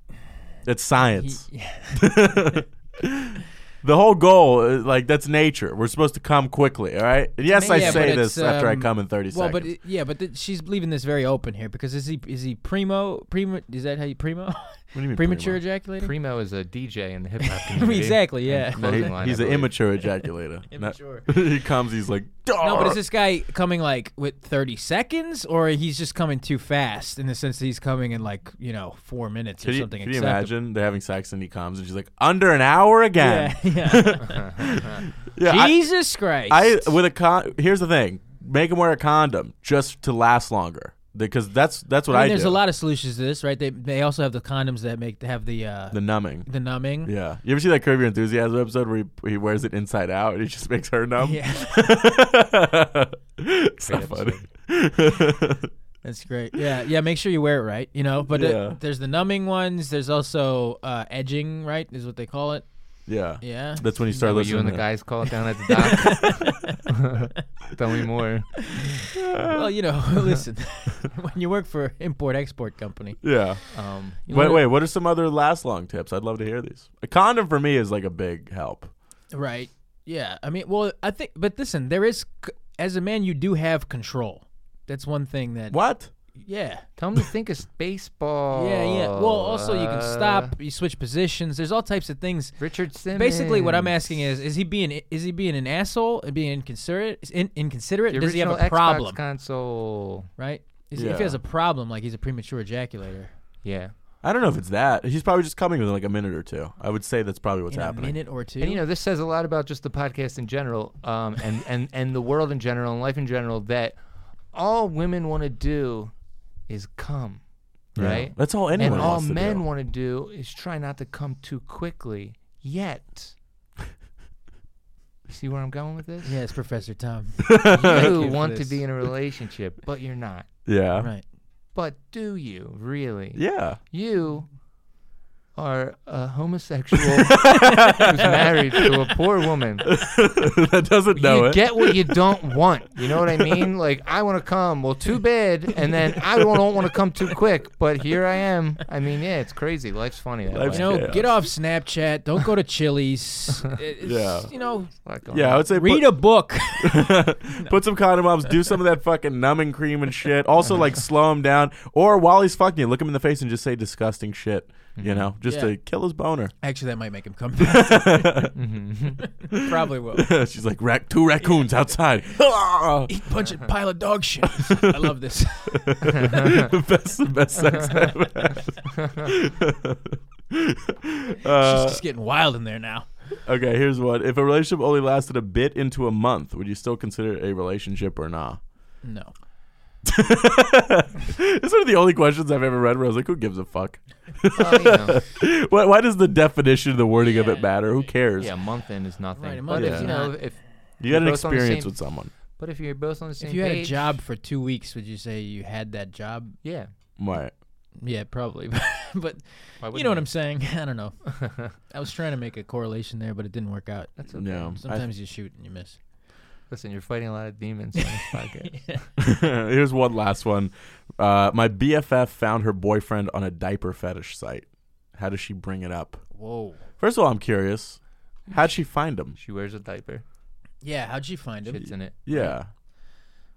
B: It's science. (laughs) the whole goal, is, like that's nature. We're supposed to come quickly, all right? And yes,
D: Yeah,
B: I
D: but
B: say
D: it's,
B: this after I
D: um,
B: come in 30
D: Well, but
B: seconds.
D: it, yeah, but th- she's leaving this very open here because is he is he primo primo is that how you primo
B: do you mean
D: (laughs) premature
B: primo?
D: ejaculating?
C: Primo is a DJ in the hip
D: (laughs)
C: hop community.
D: Exactly, yeah. (laughs)
C: And
B: No,
C: clothing
B: he-
C: line,
B: he's
C: I
B: an
C: believe.
B: immature ejaculator. Not- (laughs)
D: Immature.
B: he comes, he's like,
D: no, but
B: "Darr."
D: is this guy coming like with 30 seconds, or he's just coming too fast in the sense that he's coming in like you know four minutes
B: Could
D: or
B: you,
D: something?
B: could you
D: acceptable?
B: imagine they're having sex and he comes and she's like, under an hour again?
D: Yeah,
B: Yeah, (laughs)
D: yeah. (laughs)
B: I-
D: Jesus Christ!
B: I with a con. Here's the thing: make them wear a condom just to last longer, because that's that's what
D: I
B: I,
D: mean, there's
B: do.
D: a lot of solutions to this, right? They they also have the condoms that make have the uh,
B: the
D: the,
B: numbing.
D: numbing.
B: Yeah, you ever see that Curb Your Enthusiasm episode where he, he wears it inside out and he just makes her numb? (laughs)
D: Yeah.
B: it's not funny.
D: That's great. Yeah, yeah. Make sure you wear it right, you know. But
B: Yeah.
D: uh, there's the numbing ones. There's also uh, edging, right? Is what they call it.
B: (laughs) yeah,
D: Yeah.
B: that's when you
C: Is that
B: start
C: what
B: listening.
C: you and the
B: to-
C: guys call it down at the
D: (laughs)
C: dock? (laughs) Tell me more.
D: well,
B: (laughs)
D: you know, (laughs) listen, when you work for import export company,
B: Yeah.
C: Um,
D: you
B: wait,
D: wanna-
B: wait. What are some other last long tips? I'd love to hear these. A condom for me is like a big help.
D: Right. Yeah. I mean, well, I think, but listen, there is, c- as a man, you do have control. That's one thing that.
B: What?
D: Yeah.
C: tell him to think of baseball.
D: Yeah, yeah. Well, also, you can
C: Uh,
D: stop, you switch positions. There's all types of things.
C: Richard Simmons.
D: Basically, what I'm asking is, is he being is he being an asshole and being inconsiderate? Is in, inconsiderate?
C: The
D: Does he have
C: original
D: a
C: Xbox
D: problem?
C: console.
D: right? Is If
B: Yeah.
D: he has a problem, like he's a premature ejaculator.
C: Yeah.
B: I don't know if it's that. He's probably just coming within like a minute or two. I would say that's probably what's
D: in
B: happening.
D: a minute or two.
C: And you know, this says a lot about just the podcast in general, um,
B: (laughs)
C: and and and the world in general, and life in general. That all women want to do is come,
B: Yeah.
C: right?
B: That's all anyone
C: and all
B: wants to
C: men
B: do.
C: want to do is try not to come too quickly.
B: (laughs)
C: Yet, see where I'm going with this?
D: yes,
C: (laughs)
D: Professor Tom. you
C: You
D: for
C: want to
D: this.
C: be in a relationship, but you're not.
B: yeah.
D: right.
C: But do you really?
B: Yeah. (laughs)
C: You are a
B: (laughs)
C: homosexual who's married to a poor woman.
B: that doesn't know
C: you
B: it. (laughs)
C: get what you don't want. You know what I mean? Like I want to come. Well, too bad. And then I don't, want to come too quick. But here I am. I mean, yeah, it's crazy. Life's funny that
B: Life's
D: You
C: way.
D: know,
B: Chaos.
D: get off Snapchat. Don't go
C: (laughs)
D: to Chili's. It's,
B: Yeah.
D: You know,
C: A lot going
B: yeah, I (laughs)
C: on.
B: would say
D: read
B: put,
D: a book. (laughs)
B: put some condom on, do some of that fucking numbing cream and shit. Also,
D: (laughs)
B: like slow him down, or while he's fucking you, look him in the face and just say disgusting shit. You know, just
D: Mm-hmm. Yeah.
B: to kill his boner.
D: (laughs)
B: (laughs)
D: Actually, that might make him come back.
C: (laughs)
D: Mm-hmm. Probably will.
B: She's like, Rac- two raccoons
D: (laughs)
B: outside.
D: Eat punch and pile of dog shit. I
C: (laughs)
D: love this.
B: the best, the best sex ever.
D: (laughs)
B: (laughs)
D: She's
B: Uh,
D: just getting wild in there now.
B: okay, here's one. If a relationship only lasted a bit into a month, would you still consider it a relationship or not? (laughs) Nah?
D: No.
B: It's one of the only questions I've ever read where I was like, who gives a fuck?
C: Oh, you
B: (laughs)
C: know.
B: Why, why does the definition, the wording of it matter? Who cares?
C: Yeah, a month in is nothing.
D: Right, a
C: but
D: month
C: if
B: is
C: you know,
D: not-
C: if
B: You got an
C: We're both on the
B: experience
C: same-
B: with someone.
C: but if you're both on the same
D: If you had a
C: page-
D: job for two weeks, would you say you had that job?
C: yeah.
B: Right.
D: Yeah, probably. (laughs) but
C: Why
D: you
C: wouldn't
D: know what I'm saying? (laughs) I
C: (laughs)
D: don't know. I was trying to make a correlation there, but it didn't work out.
C: That's okay.
B: No.
D: Sometimes you shoot and you miss.
C: Listen, you're fighting a lot of demons on
D: (laughs)
C: this podcast.
B: (laughs) Here's one last one. Uh, my BFF found her boyfriend on a diaper fetish site. How does she bring it up?
D: Whoa.
B: First of all, I'm curious. How'd she find him?
C: She wears a diaper.
D: Yeah, how'd you find him?
C: Shit's in it.
B: Yeah.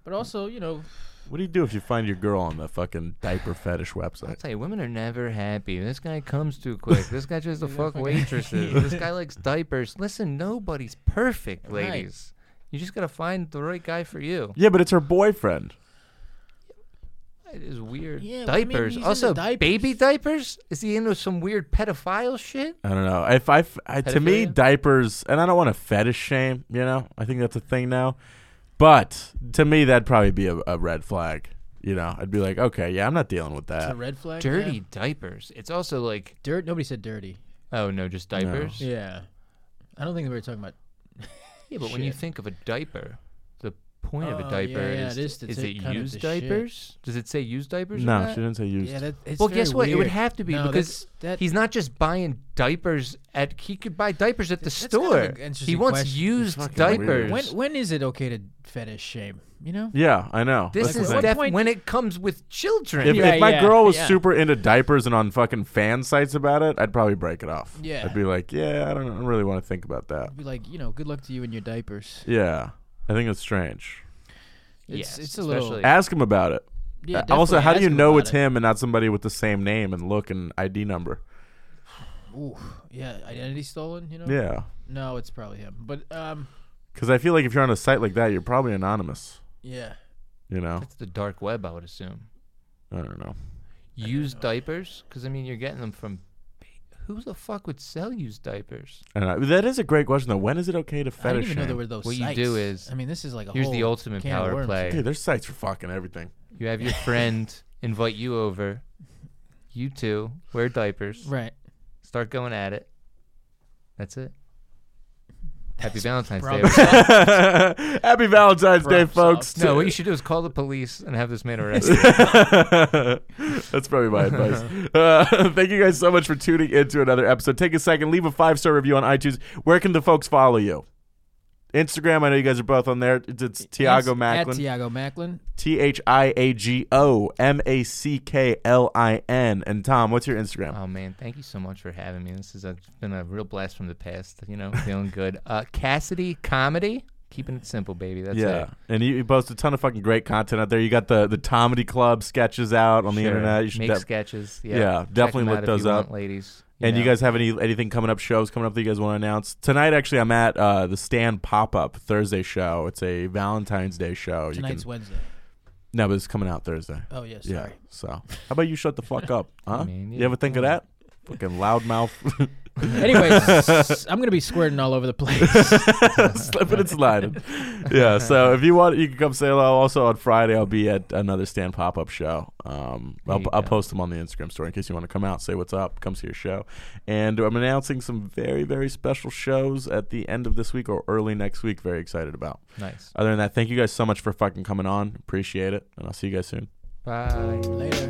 D: But also, you know,
B: What do you do if you find your girl on the fucking diaper fetish
C: I'll
B: website?
C: tell you, women are never happy. This guy comes
D: (laughs)
C: too quick. This guy tries to fuck
D: fucking-
C: waitresses. this guy likes diapers. Listen, nobody's perfect,
D: Right.
C: ladies. You just gotta find the right guy for you.
B: Yeah, but it's her boyfriend.
C: It is weird.
D: Yeah, but I mean,
C: diapers.
D: he's into
C: also,
D: diapers.
C: baby diapers. Is he into some weird pedophile shit?
B: I don't know. If I, I to me
C: Pedophilia?
B: diapers, and I don't want to fetish shame. You know, I think that's a thing now. But to me, that'd probably be a, a red flag. You know, I'd be like, okay, yeah, I'm not dealing with
D: It's a
B: that.
D: red flag.
C: Uh, Dirty
D: Oh, yeah.
C: diapers. It's also like
D: dirt. Nobody said dirty.
C: oh no, just diapers.
D: Yeah, I don't think we were talking about.
C: (laughs) Yeah, but when you
D: Shit.
C: think of a diaper, the point of
D: Oh,
C: a diaper
D: yeah, yeah,
C: is
D: it is to
C: is
D: take
C: it
D: kind of
C: used
D: the shit.
C: diapers? Does it say used diapers? or
B: No,
C: not?
B: she didn't say used.
D: Yeah, that, it's
C: well,
D: very
C: guess what? It would
D: weird.
C: have to be
D: No,
C: because
D: that's- that-
C: he's not just buying diapers at. He could buy diapers at the
D: That's kind of
C: store.
D: an
C: he
D: interesting
C: wants
D: question.
B: It's fucking
C: used
B: weird.
C: diapers.
D: When when is it okay to fetish shame? You know.
B: Yeah, I know.
C: this
B: That's the
C: is
B: thing.
D: def-
C: death
D: point-
C: when it comes with children.
B: If,
D: Yeah,
B: if my
D: yeah,
B: girl was
D: yeah.
B: super into diapers and on fucking fan sites about it, I'd probably break it off.
D: Yeah.
B: I'd be like, yeah, I don't, I don't really want to think about that.
D: Be like, you know, good luck to you in your diapers.
B: Yeah. I think it's strange.
D: It's,
C: Yes,
D: it's a little.
C: especially-
B: Ask him about it.
D: Yeah,
B: Uh, also,
D: definitely
B: how do
D: ask
B: you
D: him
B: know
D: about
B: it's
D: it.
B: him and not somebody with the same name and look and ID number?
D: Ooh, yeah, identity stolen. You know.
B: Yeah.
D: No, it's probably him. But um,
B: Because I feel like if you're on a site like that, you're probably anonymous.
D: yeah.
B: You know?
C: That's the dark web, I would assume.
B: I don't know.
C: Used diapers, because I mean, you're getting them from. Who the fuck would sell used diapers?
B: I don't know. That is a great question, though. When is it okay to
D: I didn't
B: fetish
D: even know there
B: shame?
D: were those.
C: What you
D: sites.
C: do is-
D: I mean, this is like a
C: Here's
D: whole
C: the ultimate
D: Oh, can of
C: power
D: worms.
B: Dude,
C: play.
B: there's sites for fucking
D: (laughs)
B: everything.
C: You have your friend invite you over. You two wear diapers.
D: Right.
C: Start going at it. That's it. Happy Valentine's Day.
D: Problem
B: (laughs) Happy Valentine's Day,
D: Props up.
B: folks.
C: No, what you should do is call the police and have this man arrested.
B: (laughs) That's probably my advice.
D: (laughs)
B: Uh, (laughs) thank you guys so much for tuning into another episode. Take a second, leave a five star review on iTunes. Where can the folks follow you? Instagram. I know you guys are both on there. It's, it's Tiago
D: Ins- At
B: Macklin.
D: Tiago Macklin.
B: T H I A G O M A C K L I N. And Tom, what's your Instagram?
C: oh man, thank you so much for having me. This has been a real blast from the past. You know, feeling good. Uh, Cassidy comedy, keeping it simple, baby. That's
B: yeah,
C: it.
B: and you, you post a ton of fucking great content out there. You got the the Tomedy Club sketches out on the
C: Sure.
B: internet. You should
C: make
B: def-
C: sketches. Yeah,
B: yeah,
C: Check
B: definitely
C: them
B: look
C: out if
B: those
C: you want,
B: up.
C: ladies.
B: And you
C: know.
B: guys have any anything coming up? Shows coming up that you guys want to announce tonight? Actually, I'm at uh, the Stand Pop Up Thursday show. It's a Valentine's Day show. You
D: Tonight's
B: can,
D: Wednesday.
B: no, but it's coming out Thursday.
D: Oh yeah.
B: Yeah.
D: Sorry.
B: So how about you shut the fuck up? Huh?
C: (laughs) I mean,
B: You
C: yeah.
B: ever think of that? Fucking loudmouth,
D: Anyways, (laughs) I'm gonna be squirting all over the place. (laughs)
B: (laughs) slipping and sliding. Yeah. So if you want, you can come say hello. Also on Friday, I'll be at another Stand Pop Up show. Um,
C: There
B: I'll,
C: you
B: I'll
C: go.
B: post them on the Instagram story in case you want to come out, say what's up, come see your show. And I'm announcing some very very special shows at the end of this week or early next week. Very excited about.
C: nice.
B: Other than that, thank you guys so much for fucking coming on. Appreciate it, and I'll see you guys soon.
C: Bye.
D: Later.